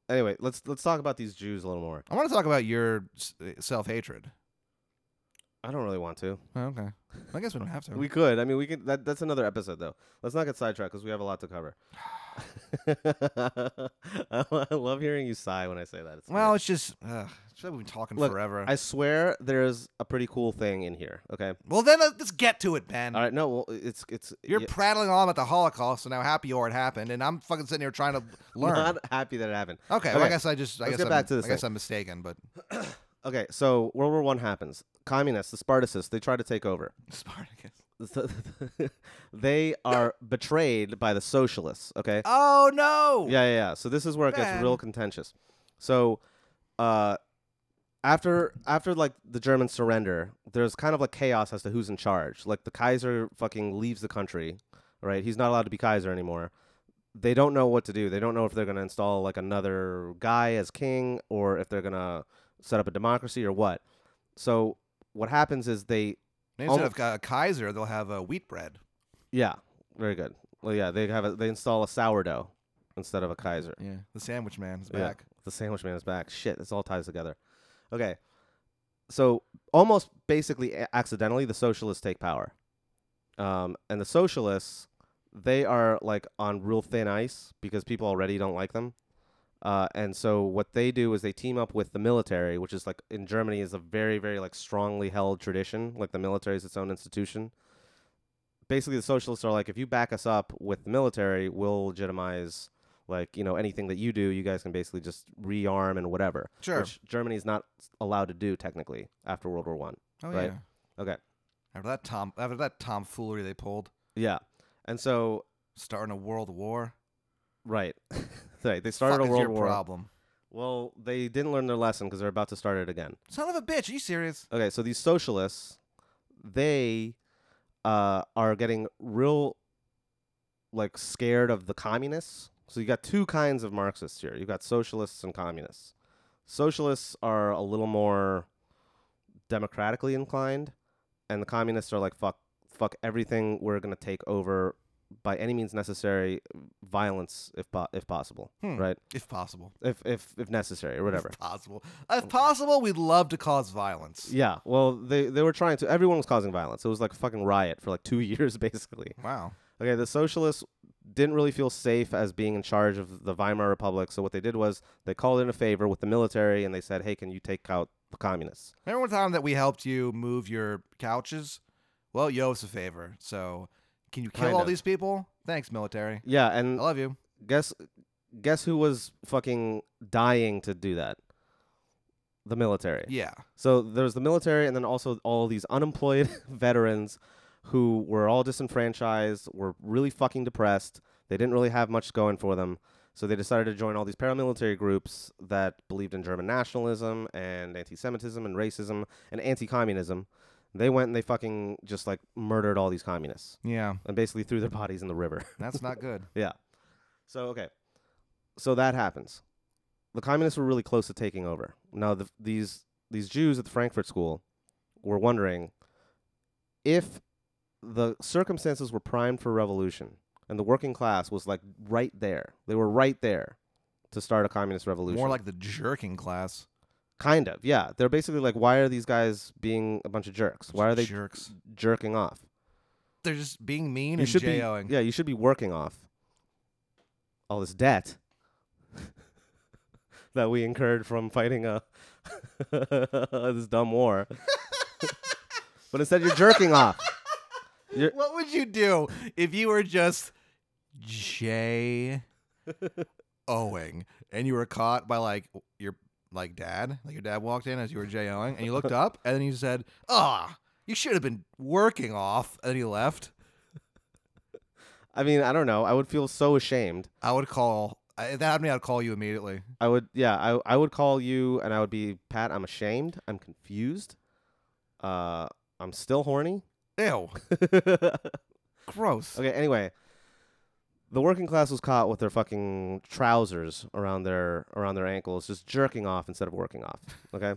Anyway, let's let's talk about these Jews a little more. I want to talk about your uh, self hatred. I don't really want to. Okay. I guess we don't have to. Oh, We could. I mean, we could. That, that's another episode, though. Let's not get sidetracked because we have a lot to cover. I, I love hearing you sigh when I say that. It's well, great. it's just, ugh, it's like we've been talking Look, forever. I swear there's a pretty cool thing in here. Okay. well, then uh, let's get to it, Ben. All right. No. Well, it's it's You're yeah, prattling on about the Holocaust and how happy you are it happened, and I'm fucking sitting here trying to learn. not happy that it happened. okay, well, I okay, guess I just, I let's guess, get I'm, back to this I guess thing. I'm mistaken, but Okay. So World War One happens. Communists, the Spartacists, they try to take over. Spartacus. they are betrayed by the socialists. Okay. Oh no! Yeah, yeah, yeah. So this is where it gets real Ben. contentious. So, uh, after after like the German surrender, there's kind of like chaos as to who's in charge. Like the Kaiser fucking leaves the country, right? He's not allowed to be Kaiser anymore. They don't know what to do. They don't know if they're gonna install like another guy as king or if they're gonna set up a democracy or what. So what happens is they Maybe Almo- Instead of uh, Kaiser, they'll have uh, wheat bread. yeah very good. Well yeah they have a, they install a sourdough instead of a Kaiser. Yeah, the sandwich man is Yeah. back. The sandwich man is back. Shit, this all ties together. Okay. So almost basically a- accidentally, the socialists take power. Um, and the socialists, they are like on real thin ice because people already don't like them. Uh, and so what they do is they team up with the military, which is like in Germany is a very, very like strongly held tradition. Like the military is its own institution. basically the socialists are like, if you back us up with the military, we'll legitimize like you know anything that you do. You guys can basically just rearm and whatever, Sure. which Germany's not s- allowed to do technically after World War One. oh right. yeah. Okay, After that tom after that tomfoolery they pulled, yeah, and so starting a world war. right, right, they started Fuck a is world your war. problem. Well, they didn't learn their lesson because they're about to start it again. Son of a bitch, are you serious? Okay, so these socialists, they uh, are getting real like scared of the communists. So you got two kinds of Marxists here. You've got socialists and communists. Socialists are a little more democratically inclined, and the communists are like fuck fuck everything. We're gonna take over by any means necessary, violence if po- if possible, Hmm. right? If possible. If if if necessary or whatever. If possible. If possible, we'd love to cause violence. Yeah, well, they they were trying to. Everyone was causing violence. It was like a fucking riot for like two years, basically. Wow. Okay, the socialists didn't really feel safe as being in charge of the Weimar Republic. So what they did was they called in a favor with the military, and they said, "Hey, can you take out the communists?" Remember one time that we helped you move your couches? Well, you owe us a favor. So can you kill Kind all of. these people? Thanks, military. Yeah, I and love you. guess guess who was fucking dying to do that? The military. Yeah. So there's the military, and then also all these unemployed veterans who were all disenfranchised, were really fucking depressed. They didn't really have much going for them. So they decided to join all these paramilitary groups that believed in German nationalism and anti Semitism and racism and anti communism. They went and they fucking just like murdered all these communists Yeah. and basically threw their bodies in the river. That's not good. Yeah. So okay. So that happens. The communists were really close to taking over. Now the, these these Jews at the Frankfurt School were wondering if the circumstances were primed for revolution and the working class was like right there. They were right there to start a communist revolution. More like the jerking class. kind of. Yeah. They're basically like why are these guys being a bunch of jerks? Why are they jerks? jerking off? They're just being mean you and should be JOing. yeah you should be working off all this debt that we incurred from fighting a this dumb war but instead you're jerking off You're- What would you do if you were just J owing and you were caught by like your like dad, like your dad walked in as you were J owing and you looked up and then you said, "Ah, you should have been working off." And then he left. i mean i don't know i would feel so ashamed I would call. I, if that happened. to me, I'd call you immediately. i would yeah I, I would call you and i would be pat i'm ashamed i'm confused uh i'm still horny Ew, gross. Okay, anyway. The working class was caught with their fucking trousers around their around their ankles, just jerking off instead of working off. Okay?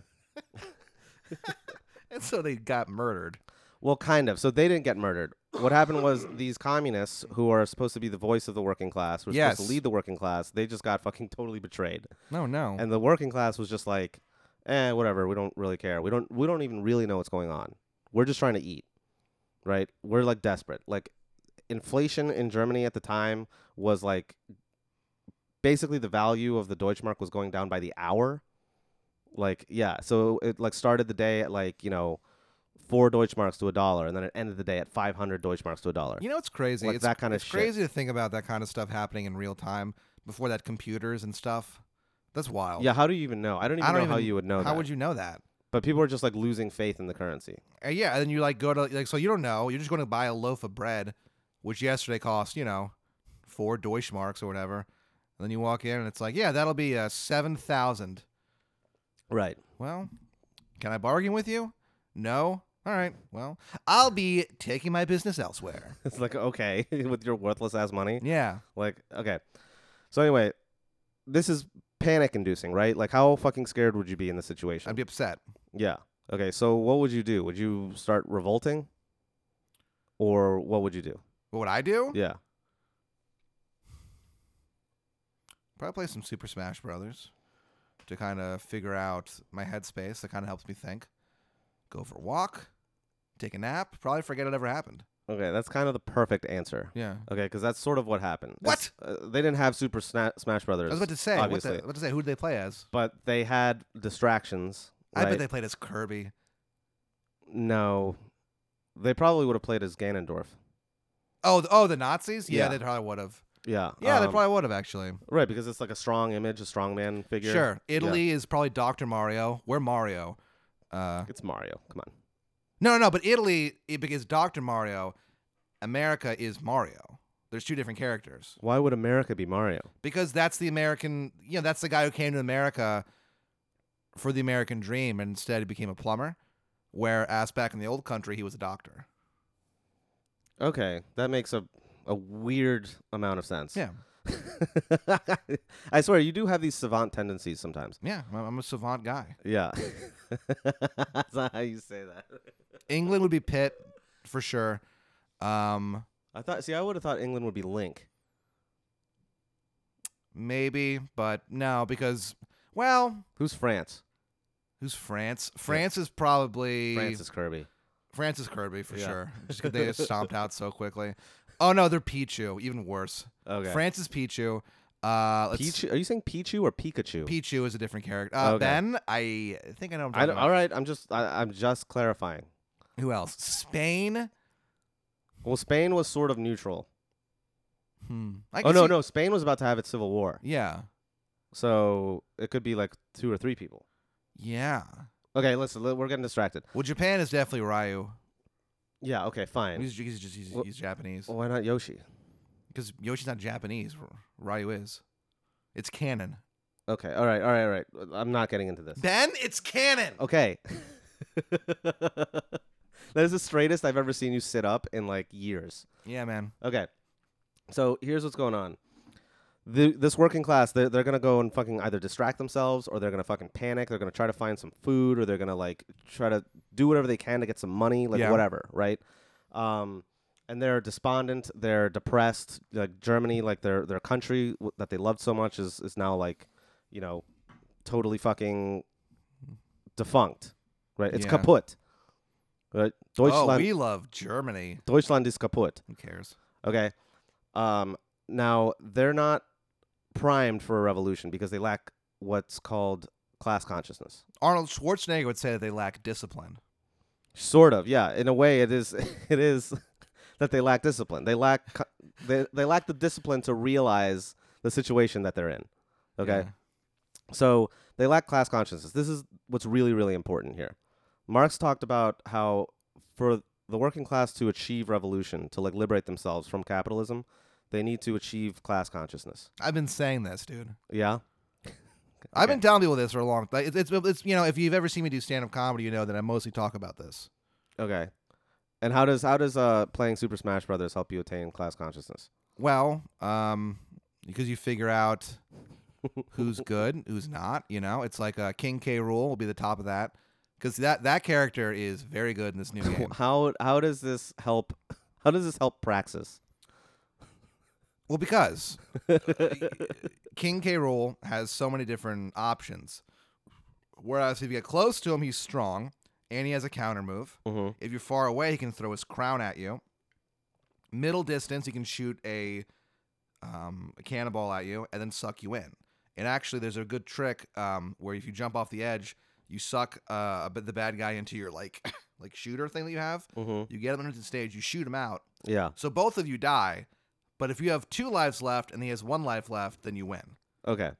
And so they got murdered. well, kind of. So they didn't get murdered. What happened was these communists who are supposed to be the voice of the working class, who are supposed Yes. to lead the working class, they just got fucking totally betrayed. No, no. And the working class was just like, eh, whatever, we don't really care. We don't we don't even really know what's going on. We're just trying to eat. Right? We're like desperate. Like inflation in Germany at the time was like basically the value of the Deutschmark was going down by the hour. Like, yeah. So it like started the day at like, you know, four Deutschmarks to a dollar, and then it ended the day at five hundred Deutschmarks to a dollar. You know what's crazy? Like it's that kind of it's shit. crazy to think about that kind of stuff happening in real time before that computers and stuff. That's wild. Yeah, how do you even know? I don't even I don't know how even- you would know How that. would you know that? but people are just like losing faith in the currency. Uh, yeah, and then you like go to like so you don't know. You're just going to buy a loaf of bread, which yesterday cost you know four Deutschmarks or whatever. And then you walk in and it's like, yeah, that'll be uh, seven thousand. Right. Well, can I bargain with you? No. All right. Well, I'll be taking my business elsewhere. It's like okay, with your worthless ass money. yeah. Like okay. So anyway, this is panic inducing, right? Like how fucking scared would you be in this situation? I'd be upset. yeah. Okay, so what would you do? Would you start revolting? Or what would you do? What would I do? Yeah. probably play some Super Smash Brothers to kind of figure out my headspace. That kind of helps me think. Go for a walk, take a nap. Probably forget it ever happened. Okay, that's kind of the perfect answer. Yeah, Okay, because that's sort of what happened. What? It's- Uh, they didn't have Super Sna- Smash I Brothers. was about to say. What obviously. the, what to say? Who did they play as? But they had distractions. I bet right? they played as Kirby. No, they probably would have played as Ganondorf. Oh, th- oh, the Nazis. Yeah, Yeah. they probably would have. Yeah. Yeah, they um, probably would have actually. Right, because it's like a strong image, a strong man figure. Sure, Italy is probably Doctor Mario. We're Mario. Uh, It's Mario. Come on. no, no, no, but Italy it, because Doctor Mario, America is Mario. There's two different characters Why would America be Mario? because that's the American. You know, that's the guy who came to America for the American dream, and instead he became a plumber. Whereas back in the old country, he was a doctor. Okay, that makes a a weird amount of sense. Yeah, I swear, you do have these savant tendencies sometimes. yeah, I'm- I'm a savant guy. Yeah. That's not how you say that. England would be Pitt for sure. Um, I thought. See, I would have thought England would be Link. maybe, but no, because well, Who's France? who's France? France is probably Francis Kirby. Francis Kirby for Yeah. sure. Just 'cause they just stomped out so quickly. Oh no, they're Pichu. Even worse. Okay. Francis Pichu. Uh, let's, Pichu? Are you saying Pichu or Pikachu? Pichu is a different character. Uh, Okay. Ben, I think I know. What I'm I talking don't- about. all right, I'm just I, I'm just clarifying. Who else? Spain. Well, Spain was sort of neutral. Hmm. I Oh can no, see- no, Spain was about to have its civil war, Yeah, so it could be like two or three people. yeah. Okay, listen, li- we're getting distracted. Well, Japan is definitely Ryu. Yeah, okay, fine. He's, he's just he's, Well- he's Japanese. Well, why not Yoshi? Because Yoshi's not Japanese. R- Ryu is. It's canon. Okay, all right, all right, all right. I'm not getting into this. Ben, it's canon. Okay. that is the straightest I've ever seen you sit up in like years. Yeah, man. Okay. So here's what's going on. The, this working class, they're, they're going to go and fucking either distract themselves or they're going to fucking panic. They're going to try to find some food or they're going to like try to do whatever they can to get some money, like Yeah. whatever, right? Um, and they're despondent. They're depressed. Like Germany, like their, their country w- that they loved so much is, is now like, you know, totally fucking defunct, right? It's Yeah. kaput. Right? Oh, Deutschland, we love Germany. Deutschland is kaput. Who cares? Okay. Um, now they're not primed for a revolution because they lack what's called class consciousness. Arnold Schwarzenegger would say that they lack discipline. Sort of, yeah. In a way, it is. It is that they lack discipline. They lack. co- They they lack the discipline to realize the situation that they're in. Okay. Yeah. So they lack class consciousness. This is what's really, really important here. Marx talked about how for the working class to achieve revolution, to like liberate themselves from capitalism, they need to achieve class consciousness. I've been saying this, dude. Yeah. I've been telling people this for a long time. It's, it's, it's, you know, if you've ever seen me do stand up comedy, you know that I mostly talk about this. Okay. And how does how does uh playing Super Smash Brothers help you attain class consciousness? Well, um, because you figure out who's good, who's not. You know, it's like a King K rule will be the top of that because that that character is very good in this new game. How how does this help how does this help Praxis? Well, because uh, King K. Rule has so many different options. Whereas if you get close to him, he's strong and he has a counter move. Mm-hmm. If you're far away, he can throw his crown at you. Middle distance, he can shoot a, um, a cannonball at you and then suck you in. And actually, there's a good trick um, where if you jump off the edge, you suck uh, a bit the bad guy into your like like shooter thing that you have. Mm-hmm. You get him into the stage, you shoot him out, Yeah. so both of you die, but if you have two lives left and he has one life left, then you win. Okay.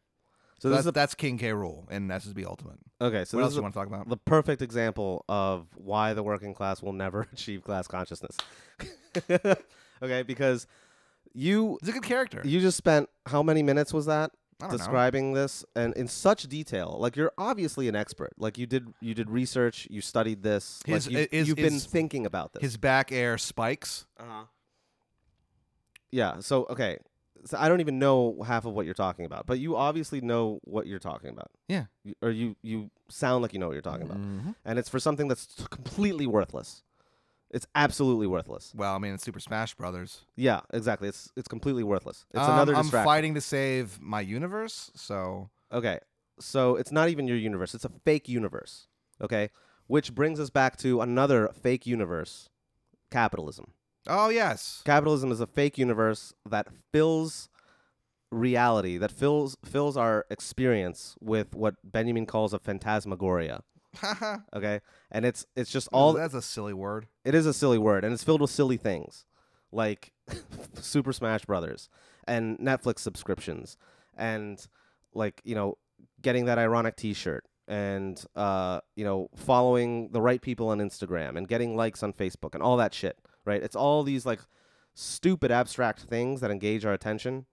So So this that's, is a, that's King K rule in SSB Ultimate. okay, so what this else is do a- you want to talk about? the perfect example of why the working class will never achieve class consciousness. okay, because you He's a good character. you just spent how many minutes was that I don't know. describing this and in such detail like you're obviously an expert like you did you did research you studied this His- like you, i- is- you've been is- thinking about this His back air spikes. uh-huh. yeah so okay so i don't even know half of what you're talking about but you obviously know what you're talking about Yeah. Mm-hmm. You- or you you sound like you know what you're talking about and it's for something that's t- completely worthless it's absolutely worthless Well, I mean, it's Super Smash Brothers. yeah exactly it's it's completely worthless it's Um, another I'm distraction fighting to save my universe, so Okay. So it's not even your universe. It's a fake universe. Okay. Which brings us back to another fake universe capitalism. oh yes, Capitalism is a fake universe that fills reality, that fills, fills our experience with what Benjamin calls a phantasmagoria. Okay. And it's, it's just all, that's a silly word. it is a silly word and it's filled with silly things. like Super Smash Brothers and Netflix subscriptions and like you know getting that ironic T-shirt and uh, you know following the right people on Instagram and getting likes on Facebook and all that shit. Right? It's all these like stupid abstract things that engage our attention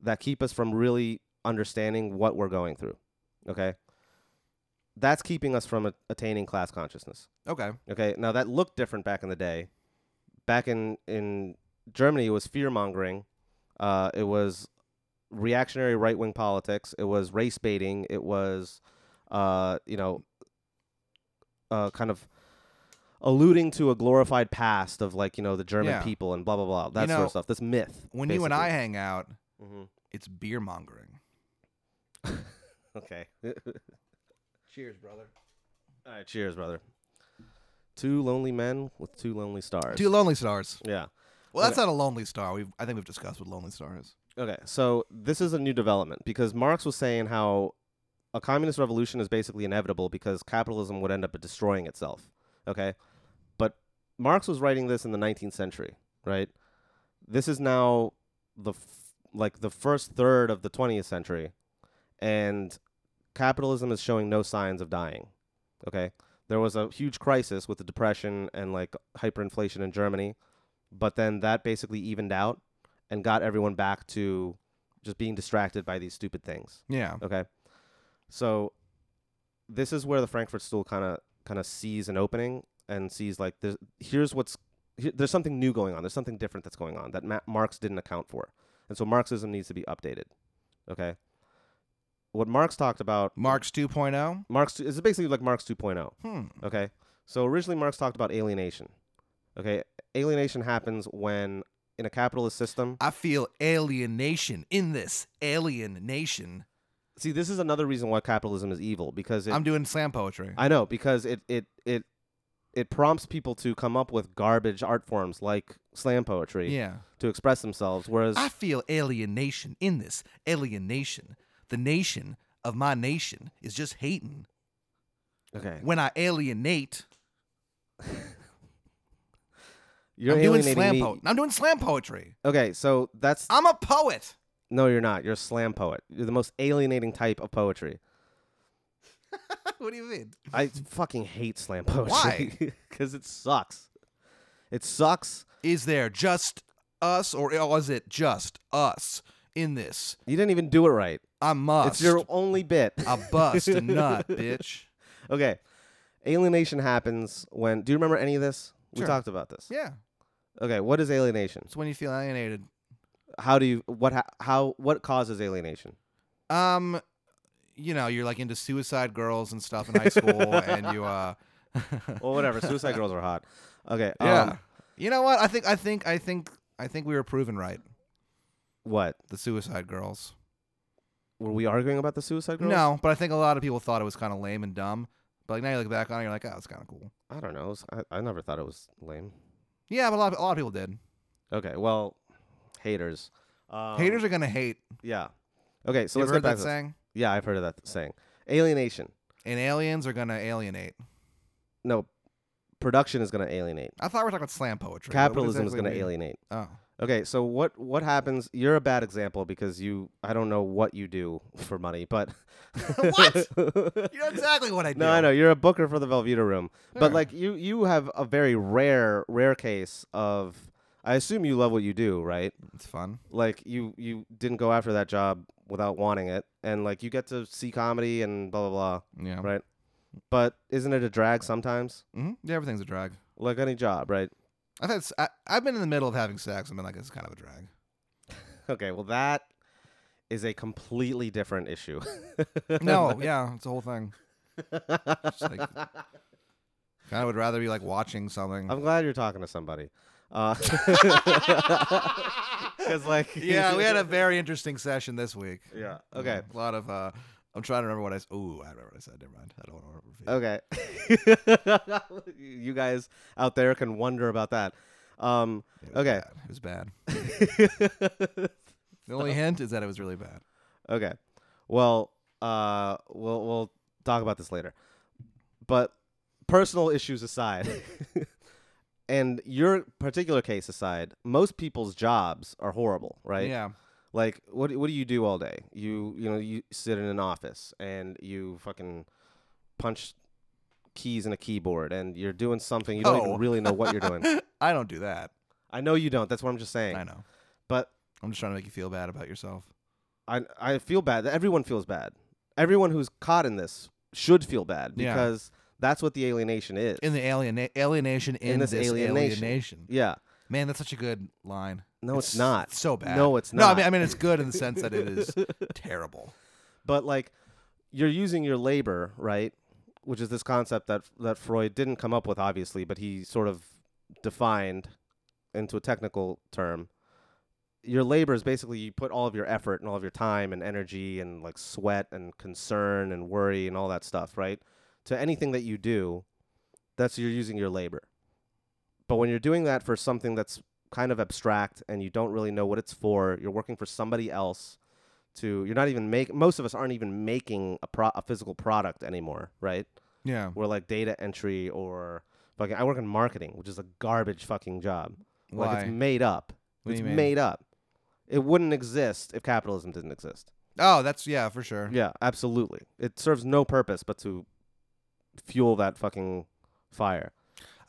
that keep us from really understanding what we're going through. Okay. That's keeping us from a- attaining class consciousness. Okay. Okay. Now that looked different back in the day. Back in in Germany, it was fear mongering. Uh, it was reactionary right wing politics. It was race baiting. It was, uh, you know, uh, kind of alluding to a glorified past of like you know the German Yeah. people and blah blah blah that sort know, of stuff. This myth. When you and I basically. hang out, Mhm. it's beer mongering. Okay. Cheers, brother. All right. Cheers, brother. Two lonely men with two lonely stars. Two lonely stars. yeah. Well, that's not a lonely star. We've I think we've discussed what lonely star is. Okay, so this is a new development because Marx was saying how a communist revolution is basically inevitable because capitalism would end up destroying itself. Okay, but Marx was writing this in the 19th century, right? This is now the f- like the first third of the 20th century, and capitalism is showing no signs of dying. Okay, there was a huge crisis with the depression and like hyperinflation in Germany, but then that basically evened out and got everyone back to just being distracted by these stupid things. Yeah. Okay. So this is where the Frankfurt stool kind of kind of sees an opening and sees like there's here's what's here, there's something new going on. There's something different that's going on that Ma- Marx didn't account for. And so Marxism needs to be updated. Okay. What Marx talked about Marx 2.0. Marx is basically like Marx 2.0. oh? Hmm. Okay. So originally Marx talked about alienation. Okay. Alienation happens when in a capitalist system I feel alienation in this alien nation. See, this is another reason why capitalism is evil because it, I'm doing slam poetry. I know because it it it it prompts people to come up with garbage art forms like slam poetry yeah. to express themselves. Whereas I feel alienation in this alienation. The nation of my nation is just hating okay, when I alienate. you're I'm doing alienating slam me. poetry. I'm doing slam poetry. Okay, so that's I'm a poet. no, you're not. You're a slam poet. You're the most alienating type of poetry. what do you mean? I fucking hate slam poetry. Why? Because it sucks. It sucks. Is there just us, or was it just us in this? You didn't even do it right. I must. It's your only bit. I bust a nut, bitch. Okay. Alienation happens when. Do you remember any of this? We Sure. talked about this. Yeah, Okay. What is alienation? it's when you feel alienated. How do you what ha- how what causes alienation? Um, you know, you're like into suicide girls and stuff in high school, and you uh, Well, whatever. Suicide girls are hot. Okay. yeah. Um, you know what? I think I think I think I think we were proven right. what The suicide girls. were we arguing about the suicide girls? No, but I think a lot of people thought it was kind of lame and dumb. But like now you look back on it, you're like, oh, it's kind of cool. I don't know. It's- I, I never thought it was lame. Yeah, but a lot of, a lot of people did. Okay. Well, haters. Um, Haters are gonna hate. Yeah. Okay. So you let's ever get back heard that to this. saying? Yeah, I've heard of that saying. Alienation. And aliens are gonna alienate. No, production is going to alienate. I thought we were talking about slam poetry. but what Capitalism is exactly going to do you mean? alienate. Oh, Okay, so what what happens? You're a bad example because you I don't know what you do for money, but What? you know exactly what I do. No, I know you're a booker for the Velveeta Room, Sure. but like you, you have a very rare, rare case of. I assume you love what you do, right? It's fun. Like you, you didn't go after that job without wanting it, and like you get to see comedy and blah blah blah, Yeah. right? But isn't it a drag sometimes? hmm Yeah, everything's a drag. Like any job, right? I've had s- I, have been in the middle of having sex and been like, it's kind of a drag. Okay, well that is a completely different issue. No, yeah, it's a whole thing. It's like, kind of would rather be like watching something. I'm glad you're talking to somebody. Uh, Cause like yeah, we had a Mm-hmm. very interesting session this week. yeah okay A lot of uh, I'm trying to remember what I. s- Ooh, I remember what I said. Never mind. I don't want to repeat. Okay. you guys out there can wonder about that. Um, It was okay. bad. It was bad. The only hint is that it was really bad. okay. Well, uh, we'll we'll talk about this later. But personal issues aside, and your particular case aside, most people's jobs are horrible, right? Yeah. Like, what do- what do you do all day? You you know you sit in an office and you fucking punch keys in a keyboard and you're doing something you don't Oh. even really know what you're doing. I don't do that. I know you don't. That's what I'm just saying. I know. But I'm just trying to make you feel bad about yourself. I I feel bad. Everyone feels bad. Everyone who's caught in this should feel bad Yeah. because that's what the alienation is. In the aliena- alienation, in, this alienation. alienation. yeah. Man, that's such a good line. No, it's, not. So bad. No, it's No, I not. mean, I mean, it's good in the sense that it is terrible. but like you're using your labor right which is this concept that that freud didn't come up with obviously but he sort of defined into a technical term your labor is basically you put all of your effort and all of your time and energy and like sweat and concern and worry and all that stuff right to anything that you do that's you're using your labor but when you're doing that for something that's kind of abstract and you don't really know what it's for you're working for somebody else to you're not even make most of us aren't even making a pro, a physical product anymore, right? Yeah. We're like data entry or fucking I work in marketing, which is a garbage fucking job. Like Why? it's made up. What do it's you mean? made up. It wouldn't exist if capitalism didn't exist. Oh, that's yeah, for sure. Yeah, absolutely. It serves no purpose but to fuel that fucking fire.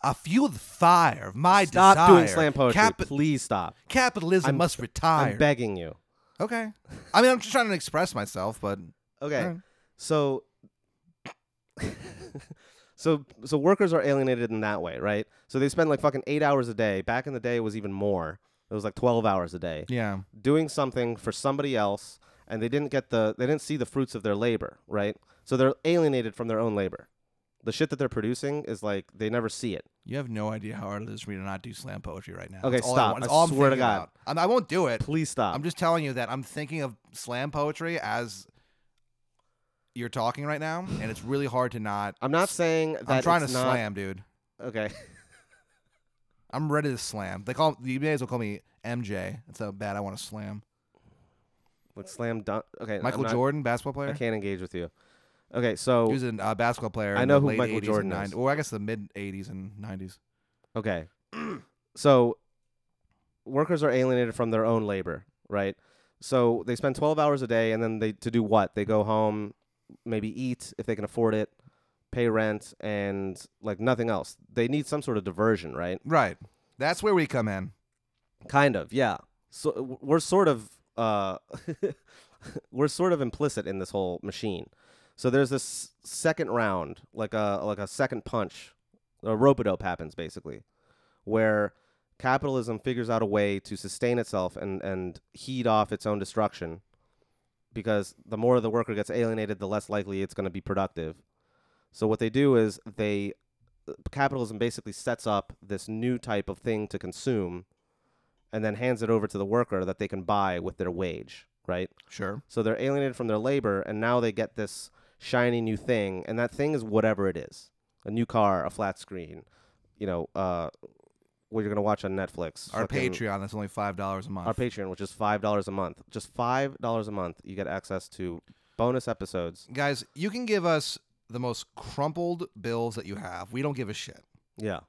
I fuel the fire of my Stop desire. doing slam poetry. Capi- Please stop. capitalism I'm- must retire. I'm begging you. okay. I mean, I'm just trying to express myself, but Okay. Alright. So so so workers are alienated in that way, right? So they spend like fucking 8 hours a day. Back in the day it was even more. It was like 12 hours a day yeah, doing something for somebody else and they didn't get the they didn't see the fruits of their labor, right? So they're alienated from their own labor. The shit that they're producing is like they never see it. you have no idea how hard it is for me to not do slam poetry right now. Okay, That's all I, stop. want. That's I all swear I'm to thinking God. about. I'm, I won't do it. Please stop. I'm just telling you that I'm thinking of slam poetry as you're talking right now, and it's really hard to not. I'm not saying that I'm trying to it's not, slam, dude. Okay. I'm ready to slam. They call you may as well call me MJ. That's how bad I want to slam. Like slam dunk. Okay. I'm Michael not- Jordan, basketball I player. can't engage with you. Okay, so He was a uh, basketball player. I in know the who late Michael 80s and Jordan 90s is. Or I guess the mid '80s and '90s. Okay. so workers are alienated from their own labor, right? So they spend 12 hours a day and then they to do what? They go home, maybe eat if they can afford it, pay rent and like nothing else. They need some sort of diversion, right? Right. That's where we come in. Kind of, yeah. So w- we're sort of uh we're sort of implicit in this whole machine. So there's this second round, like a like a second punch, a rope a dope happens basically, where capitalism figures out a way to sustain itself and and heed off its own destruction, because the more the worker gets alienated, the less likely it's going to be productive. So what they do is they uh, capitalism basically sets up this new type of thing to consume and then hands it over to the worker that they can buy with their wage, right? Sure. So they're alienated from their labor, and now they get this shiny new thing, and that thing is whatever it is a new car, a flat screen, you know, uh, what you're going to watch on Netflix. Our fucking- Patreon. That's only five dollars a month. Our Patreon, which is $5 a month. Just $5 a month, you get access to bonus episodes. Guys, you can give us the most crumpled bills that you have. We don't give a shit. Yeah.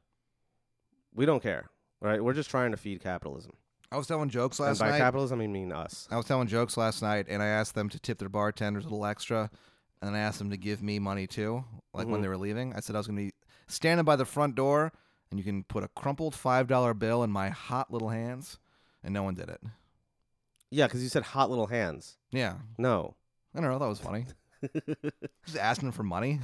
We don't care, right? We're just trying to feed capitalism. I was telling jokes last and by night. capitalism, I mean us. I was telling jokes last night, and I asked them to tip their bartenders a little extra, and then I asked them to give me money too, like when Mhm. they were leaving. I said I was going to be standing by the front door, and you can put a crumpled five dollar bill in my hot little hands, and no one did it. Yeah, because you said hot little hands. Yeah, No. I don't know. That was funny. Just asking for money.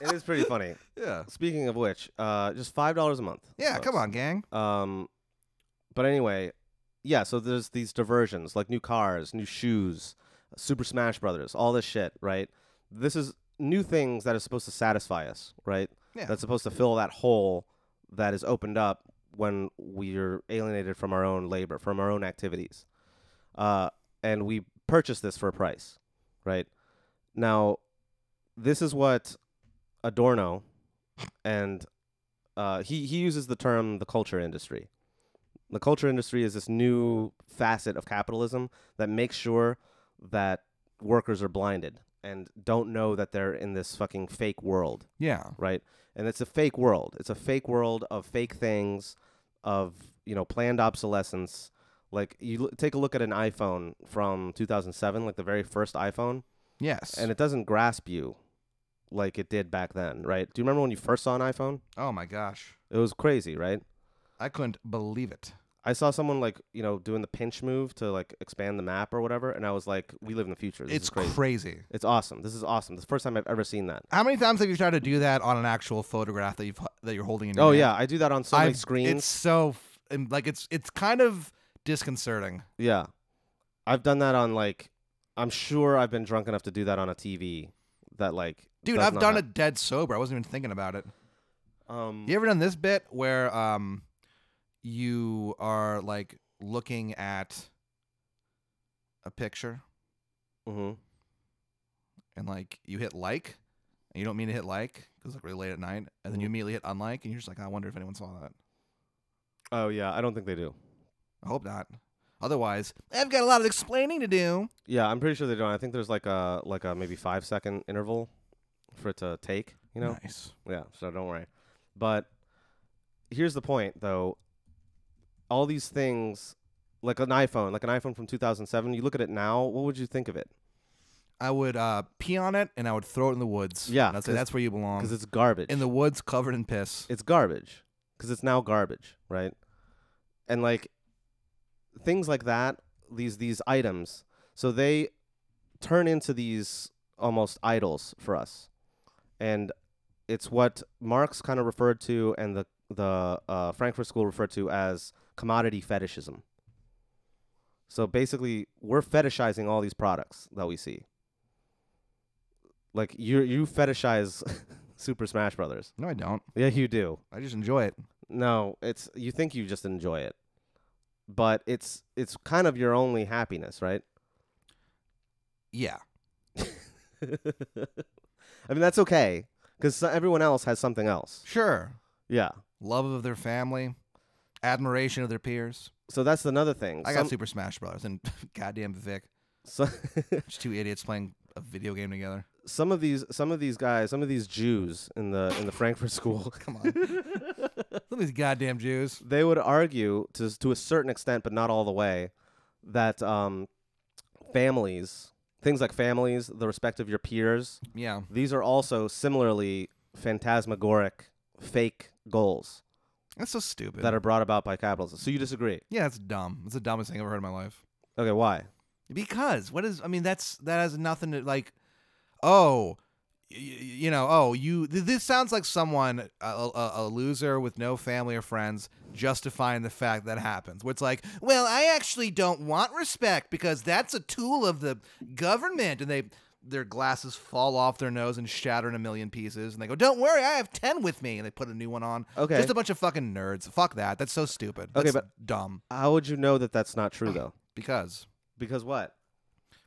it is pretty funny. Yeah. Speaking of which, uh, just five dollars a month. Yeah, folks. come on, gang. Um, but anyway, yeah. So there's these diversions, like new cars, new shoes, Super Smash Brothers, all this shit, right? This is new things that are supposed to satisfy us, right? Yeah. That's supposed to fill that hole that is opened up when we're alienated from our own labor, from our own activities, uh, and we purchase this for a price, right? Now, this is what Adorno and uh, he he uses the term the culture industry. The culture industry is this new facet of capitalism that makes sure that workers are blinded and don't know that they're in this fucking fake world, Yeah. right? And it's a fake world. It's a fake world of fake things, of you know planned obsolescence. Like you l- take a look at an iPhone from 2007, like the very first iPhone, Yes. and it doesn't grasp you like it did back then, right? Do you remember when you first saw an iPhone? oh my gosh. It was crazy, right? I couldn't believe it. I saw someone like you know doing the pinch move to like expand the map or whatever, and I was like, "We live in the future. This it's is crazy. crazy. it's awesome. This is awesome. This is the first time I've ever seen that." How many times have you tried to do that on an actual photograph that you've that you're holding in your Oh hand? yeah, I do that on so many I've- screens. It's so f- and, like it's it's kind of disconcerting. Yeah, I've done that on like. I'm sure I've been drunk enough to do that on a TV. That like, Dude, does I've not done hap- it dead sober. I wasn't even thinking about it. Um, You ever done this bit where um you are like looking at a picture mhm. and like you hit like and you don't mean to hit like because like really late at night and then you Mhm. immediately hit unlike and you're just like I wonder if anyone saw that. Oh yeah, I don't think they do. I hope not. Otherwise, I've got a lot of explaining to do. Yeah, I'm pretty sure they don't. I think there's like a like a maybe five second interval for it to take. You know. Nice. Yeah, so don't worry. But here's the point, though. All these things, like an iPhone, like an iPhone from 2007, you look at it now, what would you think of it? I would uh, pee on it and I would throw it in the woods. Yeah, and I'd say 'cause- that's where you belong. Because it's garbage. Um, in the woods covered in piss. it's garbage. Because it's now garbage, right? And like things like that, these these items, so they turn into these almost idols for us, and it's what Marx kind of referred to, and the the uh, Frankfurt School referred to as commodity fetishism. So basically, we're fetishizing all these products that we see. Like you, you fetishize Super Smash Brothers. no, I don't. Yeah, you do. I just enjoy it. No, it's you think you just enjoy it, but it's it's kind of your only happiness, right? Yeah. I mean that's okay because everyone else has something else. Sure. Yeah, Love of their family, admiration of their peers. so that's another thing. I got Some- Super Smash Brothers and goddamn Vic. so- Just two idiots playing a video game together. some of these some of these guys, some of these Jews in the in the Frankfurt School, Come on. Some of these goddamn Jews. they would argue to to a certain extent, but not all the way, that um, families, things like families, the respect of your peers, Yeah. these are also similarly phantasmagoric fake goals That's so stupid. that are brought about by capitalism. So you disagree. yeah, that's dumb. That's the dumbest thing I've ever heard in my life. Okay, why? Because what is? I mean, that's that has nothing to like. Oh, y- y- you know. Oh, you. Th- this sounds like someone a, a, a loser with no family or friends justifying the fact that happens. Where it's like, well, I actually don't want respect because that's a tool of the government, and they their glasses fall off their nose and shatter in a million pieces, and they go, "Don't worry, I have ten with me," and they put a new one on. Okay. just a bunch of fucking nerds. Fuck that. That's so stupid. Okay, That's dumb How would you know that that's not true though? because Because what?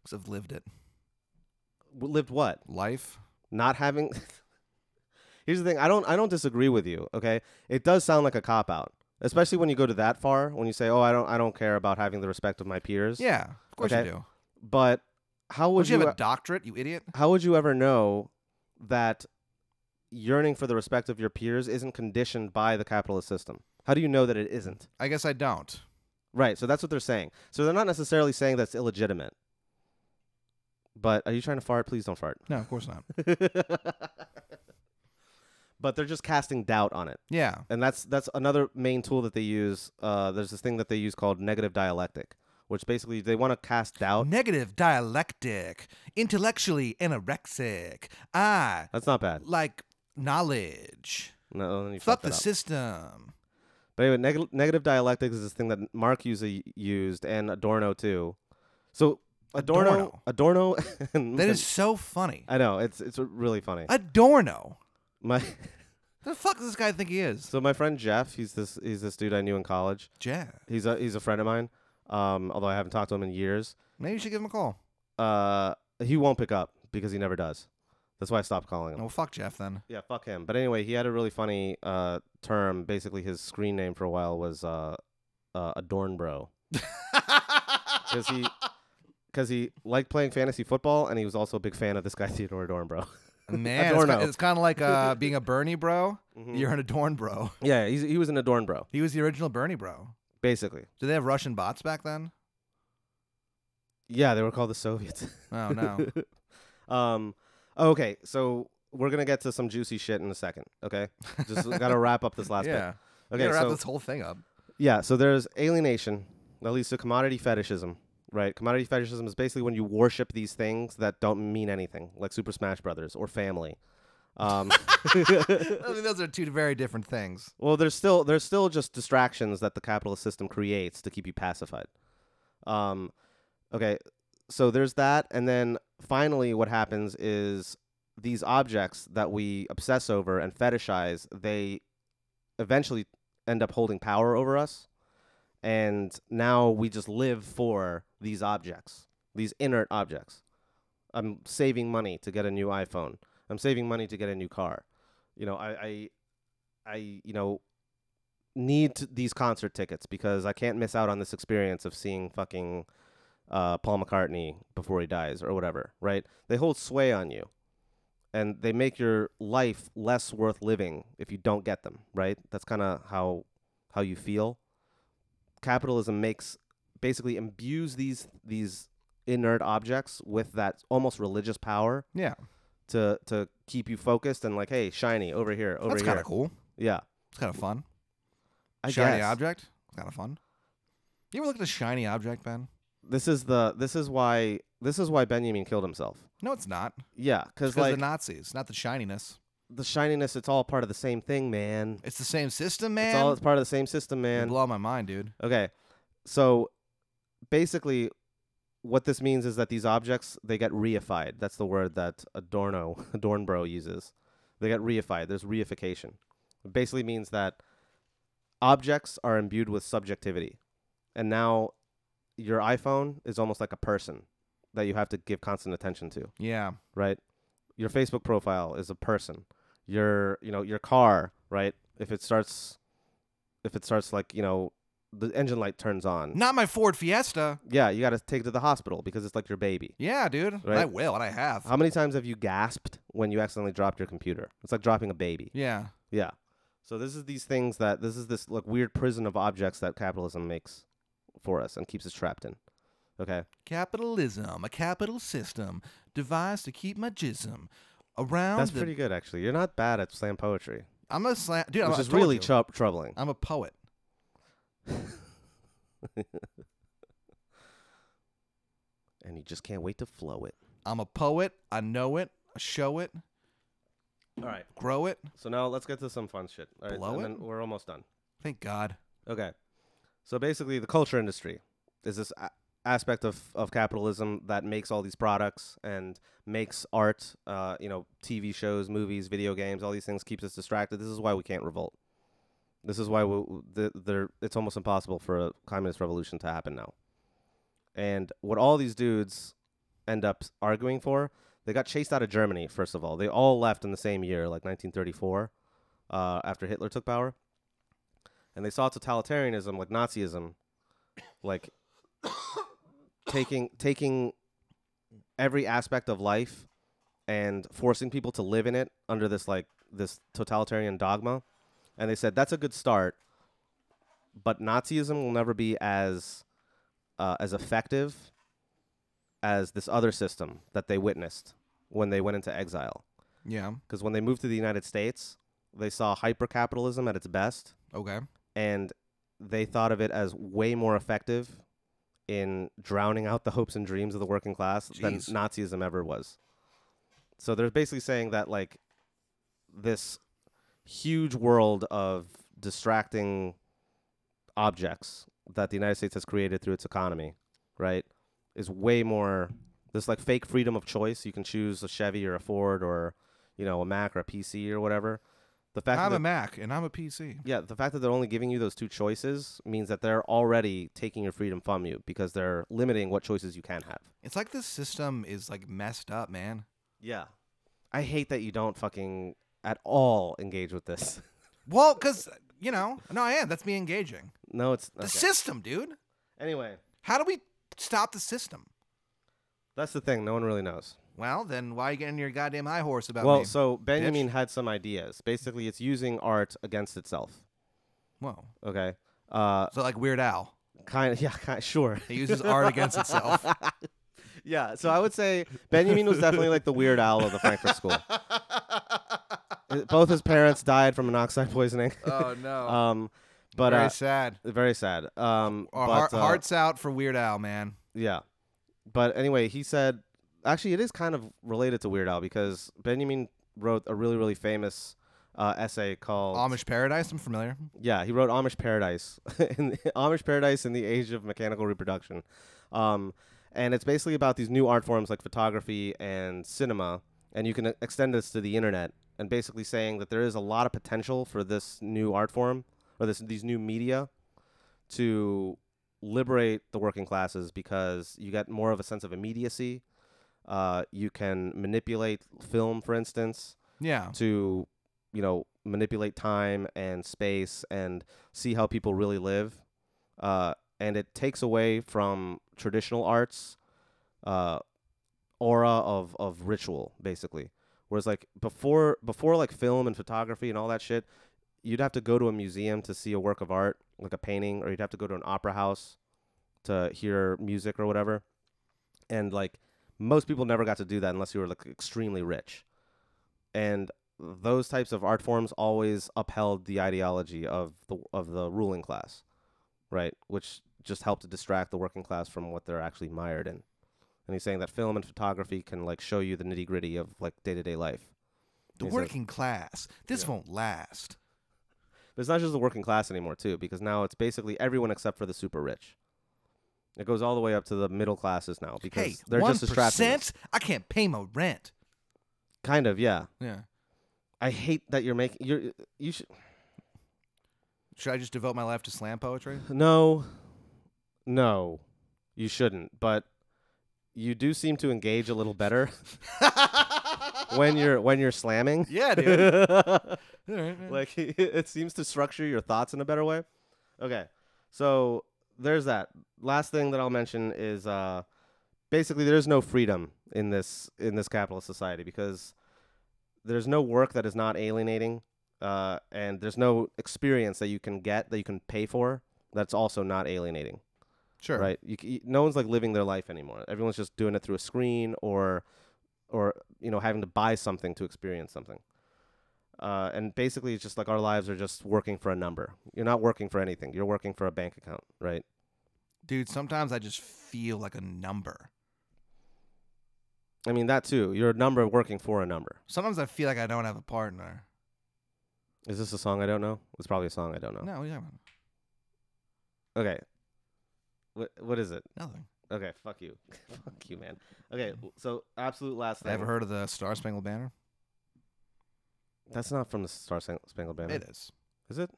because I've lived it. W- Lived what? Life. Not having Here's the thing. I don't I don't disagree with you, okay? It does sound like a cop out, especially when you go to that far when you say, "Oh, I don't I don't care about having the respect of my peers." Yeah, of course Okay. you do. But how would Would you you, uh, have a doctorate, you idiot? how would you ever know that yearning for the respect of your peers isn't conditioned by the capitalist system? How do you know that it isn't? I guess I don't. Right. So that's what they're saying. So they're not necessarily saying that's illegitimate. But are you trying to fart? Please don't fart. No, of course not. but they're just casting doubt on it, Yeah, and that's that's another main tool that they use. Uh, there's this thing that they use called negative dialectic, which basically they want to cast doubt. negative dialectic, intellectually anorexic. I That's not bad. like knowledge. No, then you Fuck fucked the it up. system. But anyway, neg- negative dialectics is this thing that Mark usually used and Adorno too. So Adorno, Adorno, and, That is so funny. I know it's it's really funny. Adorno. my The fuck does this guy think he is? so my friend Jeff, he's this he's this dude I knew in college. Yeah. He's a he's a friend of mine. Um, although I haven't talked to him in years. Maybe you should give him a call. Uh, he won't pick up because he never does. That's why I stopped calling him. No, fuck Jeff then. Yeah, fuck him. But anyway, he had a really funny uh term. Basically, his screen name for a while was uh, uh Adornbro. Because he because he liked playing fantasy football, and he was also a big fan of this guy Theodore Dornbro. Man, it's, Adorno. ki- it's kind of like uh, being a Bernie bro. Mhm. You're an Adorn bro. yeah, he's, he was an Adorn bro, He was the original Bernie bro. basically. Did they have Russian bots back then? Yeah, they were called the Soviets. Oh no. um, okay, so we're gonna get to some juicy shit in a second. Okay, just gotta wrap up this last yeah. bit. Okay, Okay, wrap so this whole thing up. yeah, so there's alienation that leads to commodity fetishism, right? Commodity fetishism is basically when you worship these things that don't mean anything, like Super Smash Brothers or family. Um, I mean, those are two very different things. Well, there's still there's still just distractions that the capitalist system creates to keep you pacified. Um, okay, so there's that, and then finally, what happens is these objects that we obsess over and fetishize, they eventually end up holding power over us, and now we just live for these objects, these inert objects. I'm saving money to get a new iPhone. I'm saving money to get a new car. You know, I, I I you know need t- these concert tickets because I can't miss out on this experience of seeing fucking uh, Paul McCartney before he dies or whatever. Right? They hold sway on you, and they make your life less worth living if you don't get them. Right? That's kind of how how you feel. Capitalism makes basically imbues these these inert objects with that almost religious power Yeah, to to keep you focused and like hey shiny over here over that's here kind of cool. yeah It's kind of fun. I shiny guess. object. It's kind of fun. You ever look at a shiny object, Ben? This is the this is why this is why Benjamin killed himself. No, it's not. Yeah, It's because because like the Nazis, not the shininess. the shininess, it's all part of the same thing, man. It's the same system, It's man. all it's part of the same system, You man. blow my mind, dude. Okay, so basically, what this means is that these objects they get reified. That's the word that Adorno Adornbro uses. They get reified. There's reification. It basically means that objects are imbued with subjectivity, and now your iPhone is almost like a person that you have to give constant attention to. Yeah, right? Your Facebook profile is a person. Your you know your car, right? If it starts, if it starts like you know, the engine light turns on. not my Ford Fiesta. Yeah, you got to take it to the hospital because it's like your baby. Yeah, dude. And Right. I will, and I have. How many times have you gasped when you accidentally dropped your computer? It's like dropping a baby. yeah, Yeah. So this is these things that this is this like weird prison of objects that capitalism makes for us and keeps us trapped in. Okay. capitalism, a capital system devised to keep my jism around. That's the- pretty good actually. You're not bad at slam poetry, I'm a slam, dude. I'm, which I is told really you. trou- troubling. I'm a poet. And you just can't wait to flow it. I'm a poet. I know it. I show it. All right. Grow it. So now let's get to some fun shit. All right, Blow and then it? we're almost done. Thank God. Okay. So basically, the culture industry is this a- aspect of, of capitalism that makes all these products and makes art, uh, you know, TV shows, movies, video games, all these things keeps us distracted. This is why we can't revolt. This is why we, the, there it's almost impossible for a communist revolution to happen now. And what all these dudes end up arguing for, they got chased out of Germany, first of all. They all left in the same year, like 1934, uh, after Hitler took power and they saw totalitarianism like Nazism, like taking taking every aspect of life and forcing people to live in it under this like this totalitarian dogma, and they said that's a good start, but Nazism will never be as uh, as effective as this other system that they witnessed when they went into exile. Yeah. Because when they moved to the United States, they saw hypercapitalism at its best, Okay. and they thought of it as way more effective in drowning out the hopes and dreams of the working class than Jeez. Nazism ever was. So they're basically saying that like this huge world of distracting objects that the United States has created through its economy, right, is way more this like fake freedom of choice. You can choose a Chevy or a Ford or you know a Mac or a PC or whatever. The fact that I'm the- a Mac and I'm a PC. yeah, the fact that they're only giving you those two choices means that they're already taking your freedom from you because they're limiting what choices you can have. It's like this system is like messed up, man. Yeah. I hate that you don't fucking at all engage with this. Well, because you know, no, I am. That's me engaging. No, it's The okay. system, dude. Anyway, How do we stop the system? That's the thing. No one really knows. Well, then why are you getting your goddamn high horse about well, me? so Benjamin had some ideas. Basically, it's using art against itself. Whoa. Okay. Uh, So like Weird Al, kind of. Yeah. Kind, sure. it uses art against itself. Yeah. So I would say Benjamin was definitely like the weird owl of the Frankfurt School. Uh, Both his parents died from monoxide poisoning. Oh no. um, but Very uh, sad. very sad. Um, Our but, heart- uh, hearts out for Weird Al, man. Yeah. But anyway, he said actually it is kind of related to Weird Al because Benjamin wrote a really really famous uh, essay called Amish Paradise. I'm familiar. Yeah, he wrote Amish Paradise in Amish Paradise in the Age of Mechanical Reproduction. Um, and it's basically about these new art forms like photography and cinema and you can uh, extend this to the internet and basically saying that there is a lot of potential for this new art form or this these new media to liberate the working classes because you get more of a sense of immediacy. Uh, you can manipulate film, for instance, Yeah. to you know manipulate time and space and see how people really live. Uh, and it takes away from traditional arts uh, aura of of ritual, basically. Whereas like before before like film and photography and all that shit, you'd have to go to a museum to see a work of art, like a painting, or you'd have to go to an opera house to hear music or whatever. And like most people never got to do that unless you were like extremely rich. And those types of art forms always upheld the ideology of the of the ruling class, right? Which just helped to distract the working class from what they're actually mired in. And he's saying that film and photography can like show you the nitty gritty of like day to day life. The He's like- working class. This Yeah. won't last. But it's not just the working class anymore, too, because now it's basically everyone except for the super rich. It goes all the way up to the middle classes now because Hey, they're one just distracted. percent. I can't pay my rent. Kind of, yeah. Yeah. I hate that you're making you you should Should I just devote my life to slam poetry? no, no, you shouldn't. But you do seem to engage a little better when you're when you're slamming. yeah, dude. like All right, man. it seems to structure your thoughts in a better way. Okay. So there's that. Last thing that I'll mention is uh basically there's no freedom in this in this capitalist society because there's no work that is not alienating uh and there's no experience that you can get that you can pay for that's also not alienating. sure. Right. You, c- you, no one's like living their life anymore. Everyone's just doing it through a screen or, or you know, having to buy something to experience something. Uh, and basically, it's just like our lives are just working for a number. You're not working for anything. You're working for a bank account, right? Dude, sometimes I just feel like a number. I mean, that too. You're a number working for a number. Sometimes I feel like I don't have a partner. Is this a song I don't know? It's probably a song I don't know. No, what are you talking Okay. What what is it? about? Nothing. Okay, fuck you, fuck you, man. Okay, w- so absolute last thing. Ever heard of the Star Spangled Banner? That's not from the Star Spang- Spangled Banner. It is. Is it?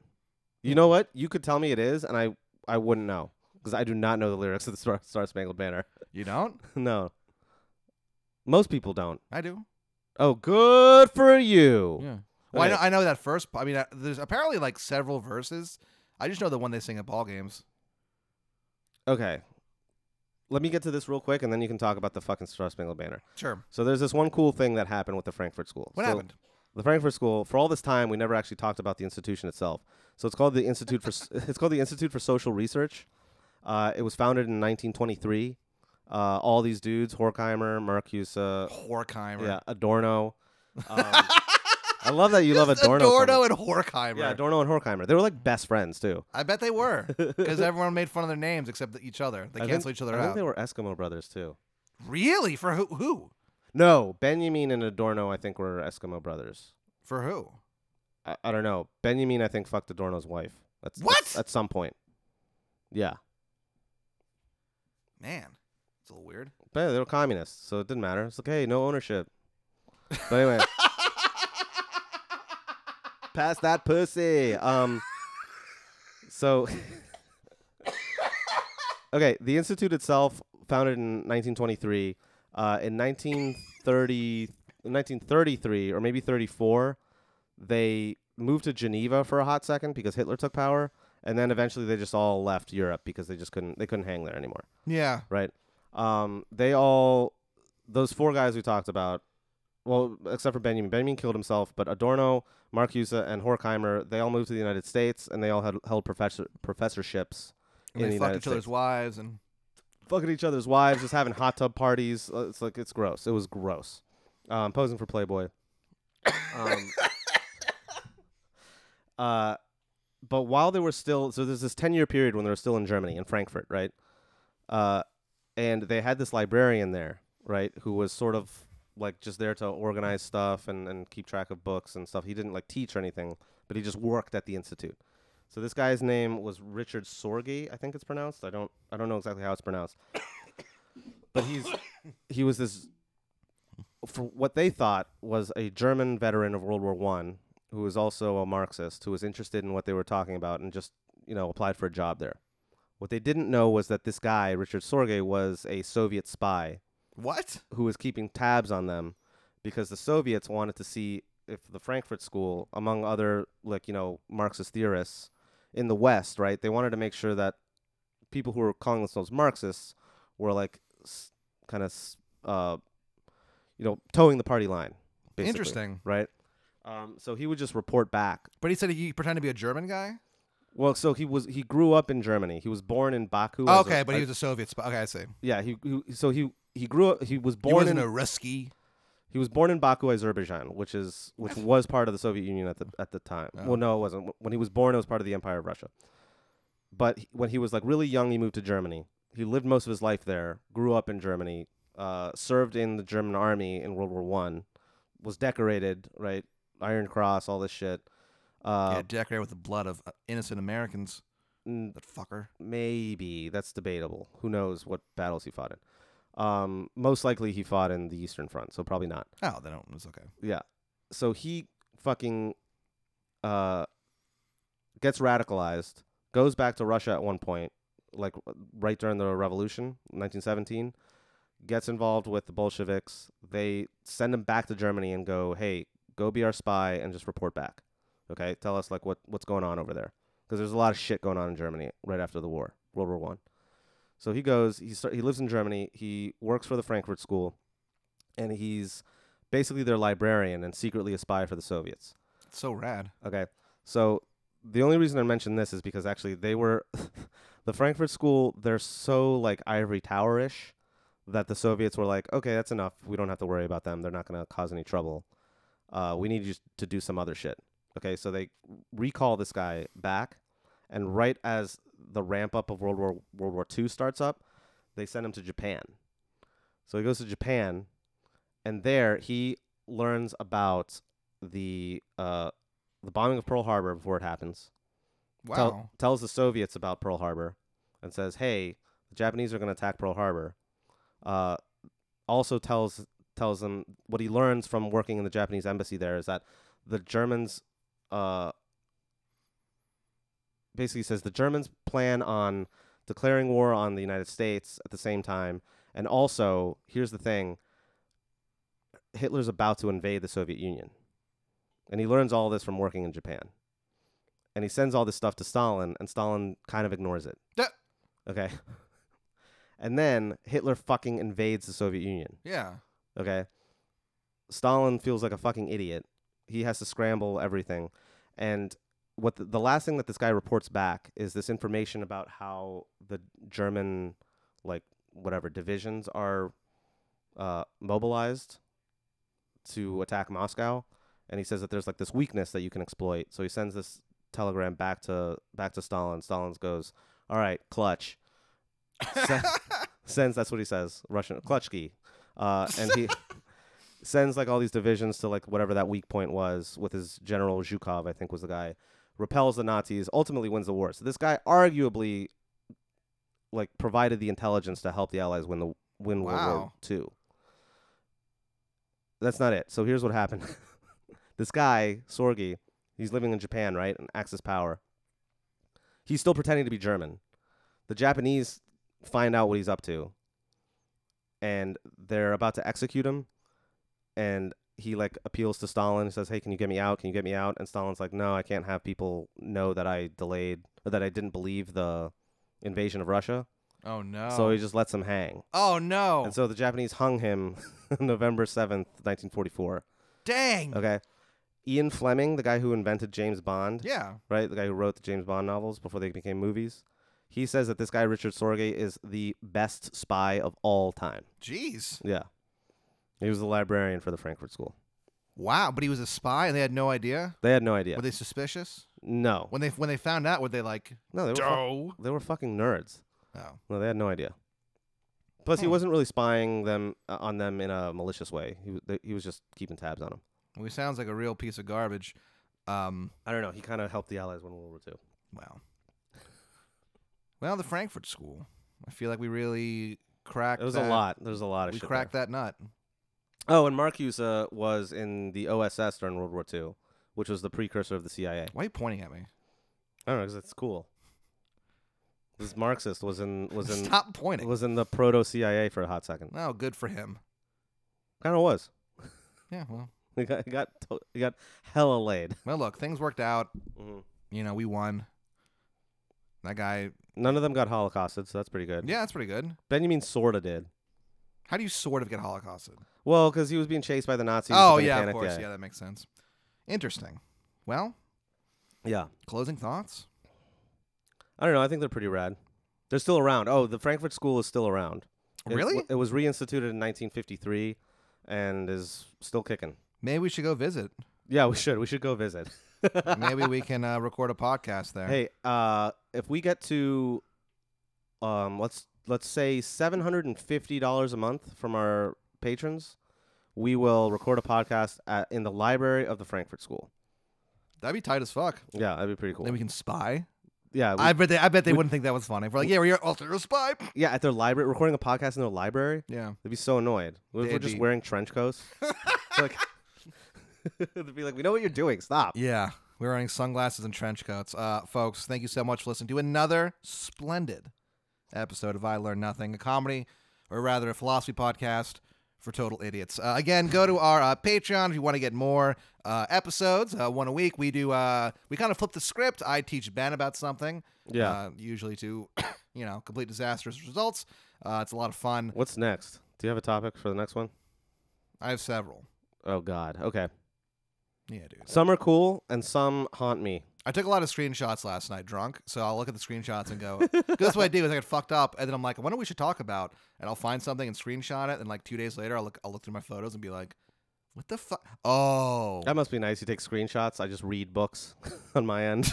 You know what? You could tell me it is, and I I wouldn't know because I do not know the lyrics of the Star, Star Spangled Banner. You don't? no, most people don't. I do. Oh, good for you. Yeah. Well, I know, Okay. I know that first. p- I mean, I, there's apparently like several verses. I just know the one they sing at ball games. Okay, let me get to this real quick, and then you can talk about the fucking Star Spangled Banner. Sure. So there's this one cool thing that happened with the Frankfurt School. What So happened? The Frankfurt School. For all this time, we never actually talked about the institution itself. So it's called the Institute for S- it's called the Institute for Social Research. Uh, it was founded in 1923. Uh, all these dudes: Horkheimer, Marcuse, Horkheimer. uh, Yeah, Adorno. Um, I love that you love Just Adorno. so much. and Horkheimer. yeah, Adorno and Horkheimer. They were like best friends too. I bet they were because everyone made fun of their names except each other. They I cancel think- each other I think out. they were Eskimo brothers too. Really? For who? Who? No, Benjamin and Adorno, I think, were Eskimo brothers. For who? I, I don't know. Benjamin, I think, fucked Adorno's wife. That's What? that's- at some point. Yeah, Man, it's a little weird. but they were communists, so it didn't matter. It's like, hey, no ownership. But anyway, pass that pussy. Um. So, okay, the institute itself, founded in 1923, uh, in 1930, in 1933 or maybe 34, they moved to Geneva for a hot second because Hitler took power, and then eventually they just all left Europe because they just couldn't they couldn't hang there anymore Yeah. right? Um, they all those four guys we talked about, well, except for Benjamin. Benjamin killed himself, but Adorno, Marcuse, and Horkheimer, they all moved to the United States and they all had held professor professorships. And in they the fucked United each other's States. wives and fucking each other's wives, just having hot tub parties. Uh, It's like it's gross. It was gross. Um, posing for Playboy. Um, uh, but while they were still, so there's this 10 year period when they were still in Germany in Frankfurt, right? Uh, and they had this librarian there, right, who was sort of like just there to organize stuff and, and keep track of books and stuff. He didn't like teach or anything, but he just worked at the institute. So this guy's name was Richard Sorge, I think it's pronounced. I don't I don't know exactly how it's pronounced. but he's he was this for what they thought was a German veteran of World War One who was also a Marxist who was interested in what they were talking about and just, you know, applied for a job there. What they didn't know was that this guy, Richard Sorge, was a Soviet spy what? who was keeping tabs on them because the Soviets wanted to see if the Frankfurt School, among other like you know Marxist theorists in the West, right, they wanted to make sure that people who were calling themselves Marxists were like s- kind of s- uh, you know towing the party line. Basically, Interesting. right? Um, so he would just report back. But he said he pretended to be a German guy. Well, so he was he grew up in Germany. He was born in Baku. as a- okay, but a- he was a Soviet spy. Okay, I see. yeah. He, he so he he grew up. He was He born in wasn't a Rusky. He was born in Baku, Azerbaijan, which is which was part of the Soviet Union at the at the time. Oh. Well, no, it wasn't. When he was born, it was part of the Empire of Russia. But he- when he was like really young, he moved to Germany. He lived most of his life there. Grew up in Germany. Uh, served in the German army in World War One. Was decorated, right? Iron Cross, all this shit. yeah, Uh, decorated with the blood of uh, innocent Americans. n- That fucker. maybe that's debatable. Who knows what battles he fought in? Um, most likely, he fought in the Eastern Front, so probably not. Oh, then it was okay. Yeah. So he fucking uh gets radicalized, goes back to Russia at one point, like right during the revolution, 1917, gets involved with the Bolsheviks. They send him back to Germany and go, "Hey, go be our spy and just report back." Okay? Tell us like what what's going on over there because there's a lot of shit going on in Germany right after the war, World War 1. So he goes, he start, he lives in Germany, he works for the Frankfurt school and he's basically their librarian and secretly a spy for the Soviets. It's so rad. Okay. So the only reason I mention this is because actually they were the Frankfurt School, they're so like ivory tower ish that the Soviets were like, okay, that's enough. We don't have to worry about them. They're not going to cause any trouble. Uh, we need you to do some other shit. Okay. So they recall this guy back. And right as the ramp up of World War World War II starts up, they send him to Japan. So he goes to Japan, and there he learns about the uh, the bombing of Pearl Harbor before it happens. Wow. Tell, tells the Soviets about Pearl Harbor and says, "Hey, the Japanese are going to attack Pearl Harbor." Uh, also tells tells them what he learns from working in the Japanese embassy there is that the Germans uh, basically says the Germans plan on declaring war on the United States at the same time, and also here's the thing: Hitler's about to invade the Soviet Union, and he learns all this from working in Japan and he sends all this stuff to Stalin, and Stalin kind of ignores it. Yeah. Okay. And then Hitler fucking invades the Soviet Union. yeah. Okay. Stalin feels like a fucking idiot. He has to scramble everything. And what the, the last thing that this guy reports back is this information about how the German, like, whatever, divisions are uh, mobilized to attack Moscow. And he says that there's like this weakness that you can exploit. So he sends this telegram back to back to Stalin. Stalin goes, "All right, clutch." Se- sends that's what he says, Russian Klutchki, uh, and he sends like all these divisions to like whatever that weak point was with his general Zhukov, I think was the guy, repels the Nazis, ultimately wins the war. So this guy arguably like provided the intelligence to help the Allies win the win World War Wow. Two. That's not it. So here's what happened. this guy Sorgi, he's living in Japan, right, and Axis power. He's still pretending to be German. The Japanese find out what he's up to, and they're about to execute him. And he like appeals to Stalin. He says, "Hey, can you get me out? Can you get me out?" And Stalin's like, "No, I can't have people know that I delayed or that I didn't believe the invasion of Russia." Oh no. So he just lets him hang. oh no. And so the Japanese hung him November 7th, 1944. Dang. Okay. Ian Fleming, the guy who invented James Bond, Yeah. right? The guy who wrote the James Bond novels before they became movies. He says that this guy, Richard Sorge, is the best spy of all time. Jeez. Yeah. He was the librarian for the Frankfurt School. Wow. But he was a spy, and they had no idea. They had no idea. Were they suspicious no. when they when they found out? Were they like, No, they were, fuck- "Doe"? they were fucking nerds. Oh. No, they had no idea. Plus, he Hmm. wasn't really spying them uh, on them in a malicious way. He, wa- th- he was just keeping tabs on them. Well, he sounds like a real piece of garbage. Um. I don't know. He kind of helped the Allies win World War II. Wow. Well, the Frankfurt School. I feel like we really cracked. It was that. a lot. There's a lot of We shit. cracked there. that nut. Oh, and Marcuse uh, was in the OSS during World War II, which was the precursor of the CIA. Why are you pointing at me? I don't know, 'cause it's cool. This Marxist was in was in Stop pointing. was in the proto CIA for a hot second. Oh, good for him. Kind of was. Yeah. Well. He got he got to- he got hella laid. Well, look, things worked out. Mhm. You know, we won. That guy. None of them got holocausted, so that's pretty good. Yeah, that's pretty good. Benjamin Sorta did. How do you sort of get holocausted? Well, because he was being chased by the Nazis. oh but then he yeah, of panicked, course. Yeah. that makes sense. Interesting. Well, Yeah. closing thoughts. I don't know. I think they're pretty rad. They're still around. Oh, the Frankfurt School is still around. It- Really? It was reinstituted in 1953 and is still kicking. Maybe we should go visit. Yeah, we should. We should go visit. Maybe we can uh, record a podcast there. Hey, uh, if we get to, um, let's let's say seven hundred and fifty dollars a month from our patrons, we will record a podcast at, in the library of the Frankfurt School. that'd be tight as fuck. Yeah, that'd be pretty cool. Then we can spy. yeah, we- I bet they. I bet they we- wouldn't think that was funny. If We're like, yeah, we're also a spy. yeah, at their library, recording a podcast in their library, Yeah. they'd be so annoyed. What if we're They'd just be- wearing trench coats? It's like, they'd be like, "We know what you're doing. Stop." Yeah. We're wearing sunglasses and trench coats. Uh, folks, thank you so much for listening to another splendid episode of I Learn Nothing, a comedy, or rather a philosophy podcast for total idiots. Uh, again, go to our uh, Patreon if you want to get more uh, episodes, uh, one a week. We do, uh, we kind of flip the script. I teach Ben about something. Yeah. Uh, usually to, you know, complete disastrous results. Uh, it's a lot of fun. What's next? Do you have a topic for the next one? I have several. Oh God. Okay. Yeah, dude. Some are cool and some haunt me. I took a lot of screenshots last night drunk, so I'll look at the screenshots and go. 'cause that's what I do is I get fucked up, and then I'm like, I wonder what we should talk about, and I'll find something and screenshot it, and like two days later, I'll look, I'll look through my photos and be like, what the fuck? Oh, That must be nice. You take screenshots. I just read books on my end.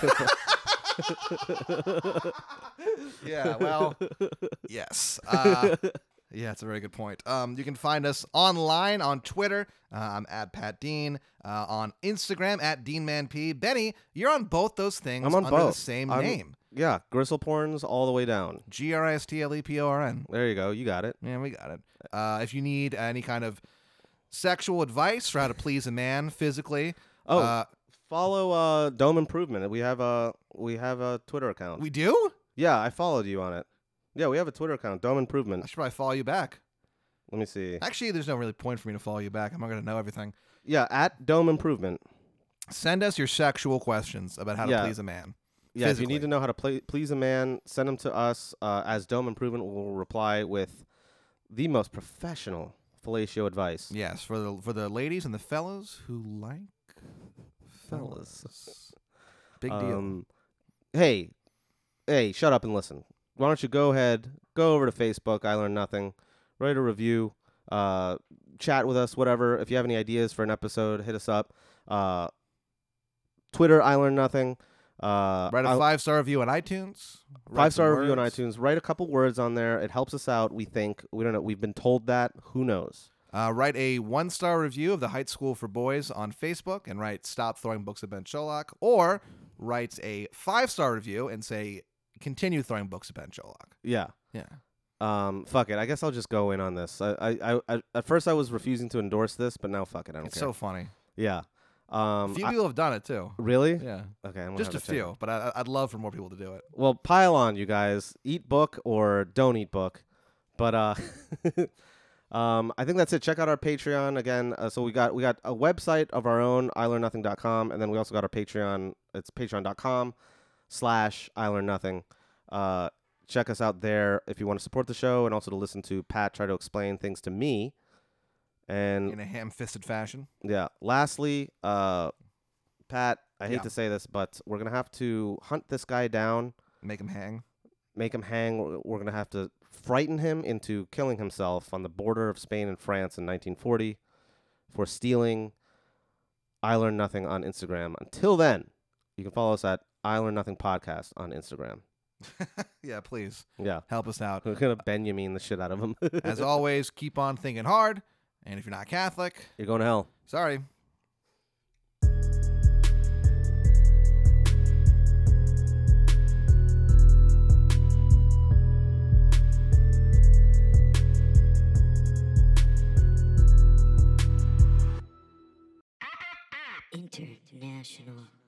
yeah. Well, yes. Uh, yeah, it's a very good point. Um, you can find us online on Twitter. Uh, I'm at Pat Dean. Uh, on Instagram at DeanManP. Benny, you're on both those things. I'm on under the both. same I'm- name. yeah, gristle porns all the way down. G R I S T L E P O R N. There you go. You got it. Yeah, we got it. Uh, if you need any kind of sexual advice for how to please a man physically, Oh. uh, Follow uh, Dome Improvement. We have a we have a Twitter account. we do. yeah, I followed you on it. Yeah, we have a Twitter account. Dome I Improvement. should probably follow you back. Let me see. Actually, there's no really point for me to follow you back. I'm not gonna know everything. Yeah, at Dome Improvement. Send us your sexual questions about how to Yeah. please a man. Yeah, if you Physically. need to know how to play, please a man, send them to us. Uh, as Dome Improvement will reply with the most professional fellatio advice. Yes, for the for the ladies and the fellows who like Fellas. fellas. Big deal. Um, hey, hey, shut up and listen. Why don't you go ahead, go over to Facebook, I Learned Nothing, write a review, uh, chat with us, whatever. If you have any ideas for an episode, hit us up. Uh, Twitter, I Learned Nothing. Uh, Write a five star review on iTunes. Write five some star review on words. iTunes. Write a couple words on there. It helps us out, we think. We don't know. We've been told that. Who knows? Uh, write a one star review of the Height School for Boys on Facebook and write Stop Throwing Books at Ben Sholok, or write a five star review and say Continue Throwing Books at Ben Sholok. Yeah. Yeah. Um, fuck it. I guess I'll just go in on this. I, I, I, I at first I was refusing to endorse this, but now fuck it. I don't It's care. so funny. yeah. Um, A few I- people have done it too. really? Yeah. Okay, I'm gonna Just a have to check. few, but I, I'd love for more people to do it. Well, pile on, you guys. Eat book or don't eat book, but uh, um, I think that's it. Check out our Patreon again. Uh, so we got we got a website of our own, ilearnnothing.com, and then we also got our Patreon. It's patreon.com slash ilearnnothing. Uh, Check us out there if you want to support the show and also to listen to Pat try to explain things to me. And in a ham-fisted fashion. yeah, lastly, uh, Pat, I hate Yeah. to say this, but we're going to have to hunt this guy down, Make him hang. make him hang. We're- We're going to have to frighten him into killing himself on the border of Spain and France in 1940 for stealing I Learn Nothing on Instagram. Until then, you can follow us at I Learn Nothing Podcast on Instagram. yeah, please Yeah. help us out. We're gonna Benjamin the shit out of him. Uh, As always, keep on thinking hard. And if you're not Catholic, You're going to hell. sorry. International.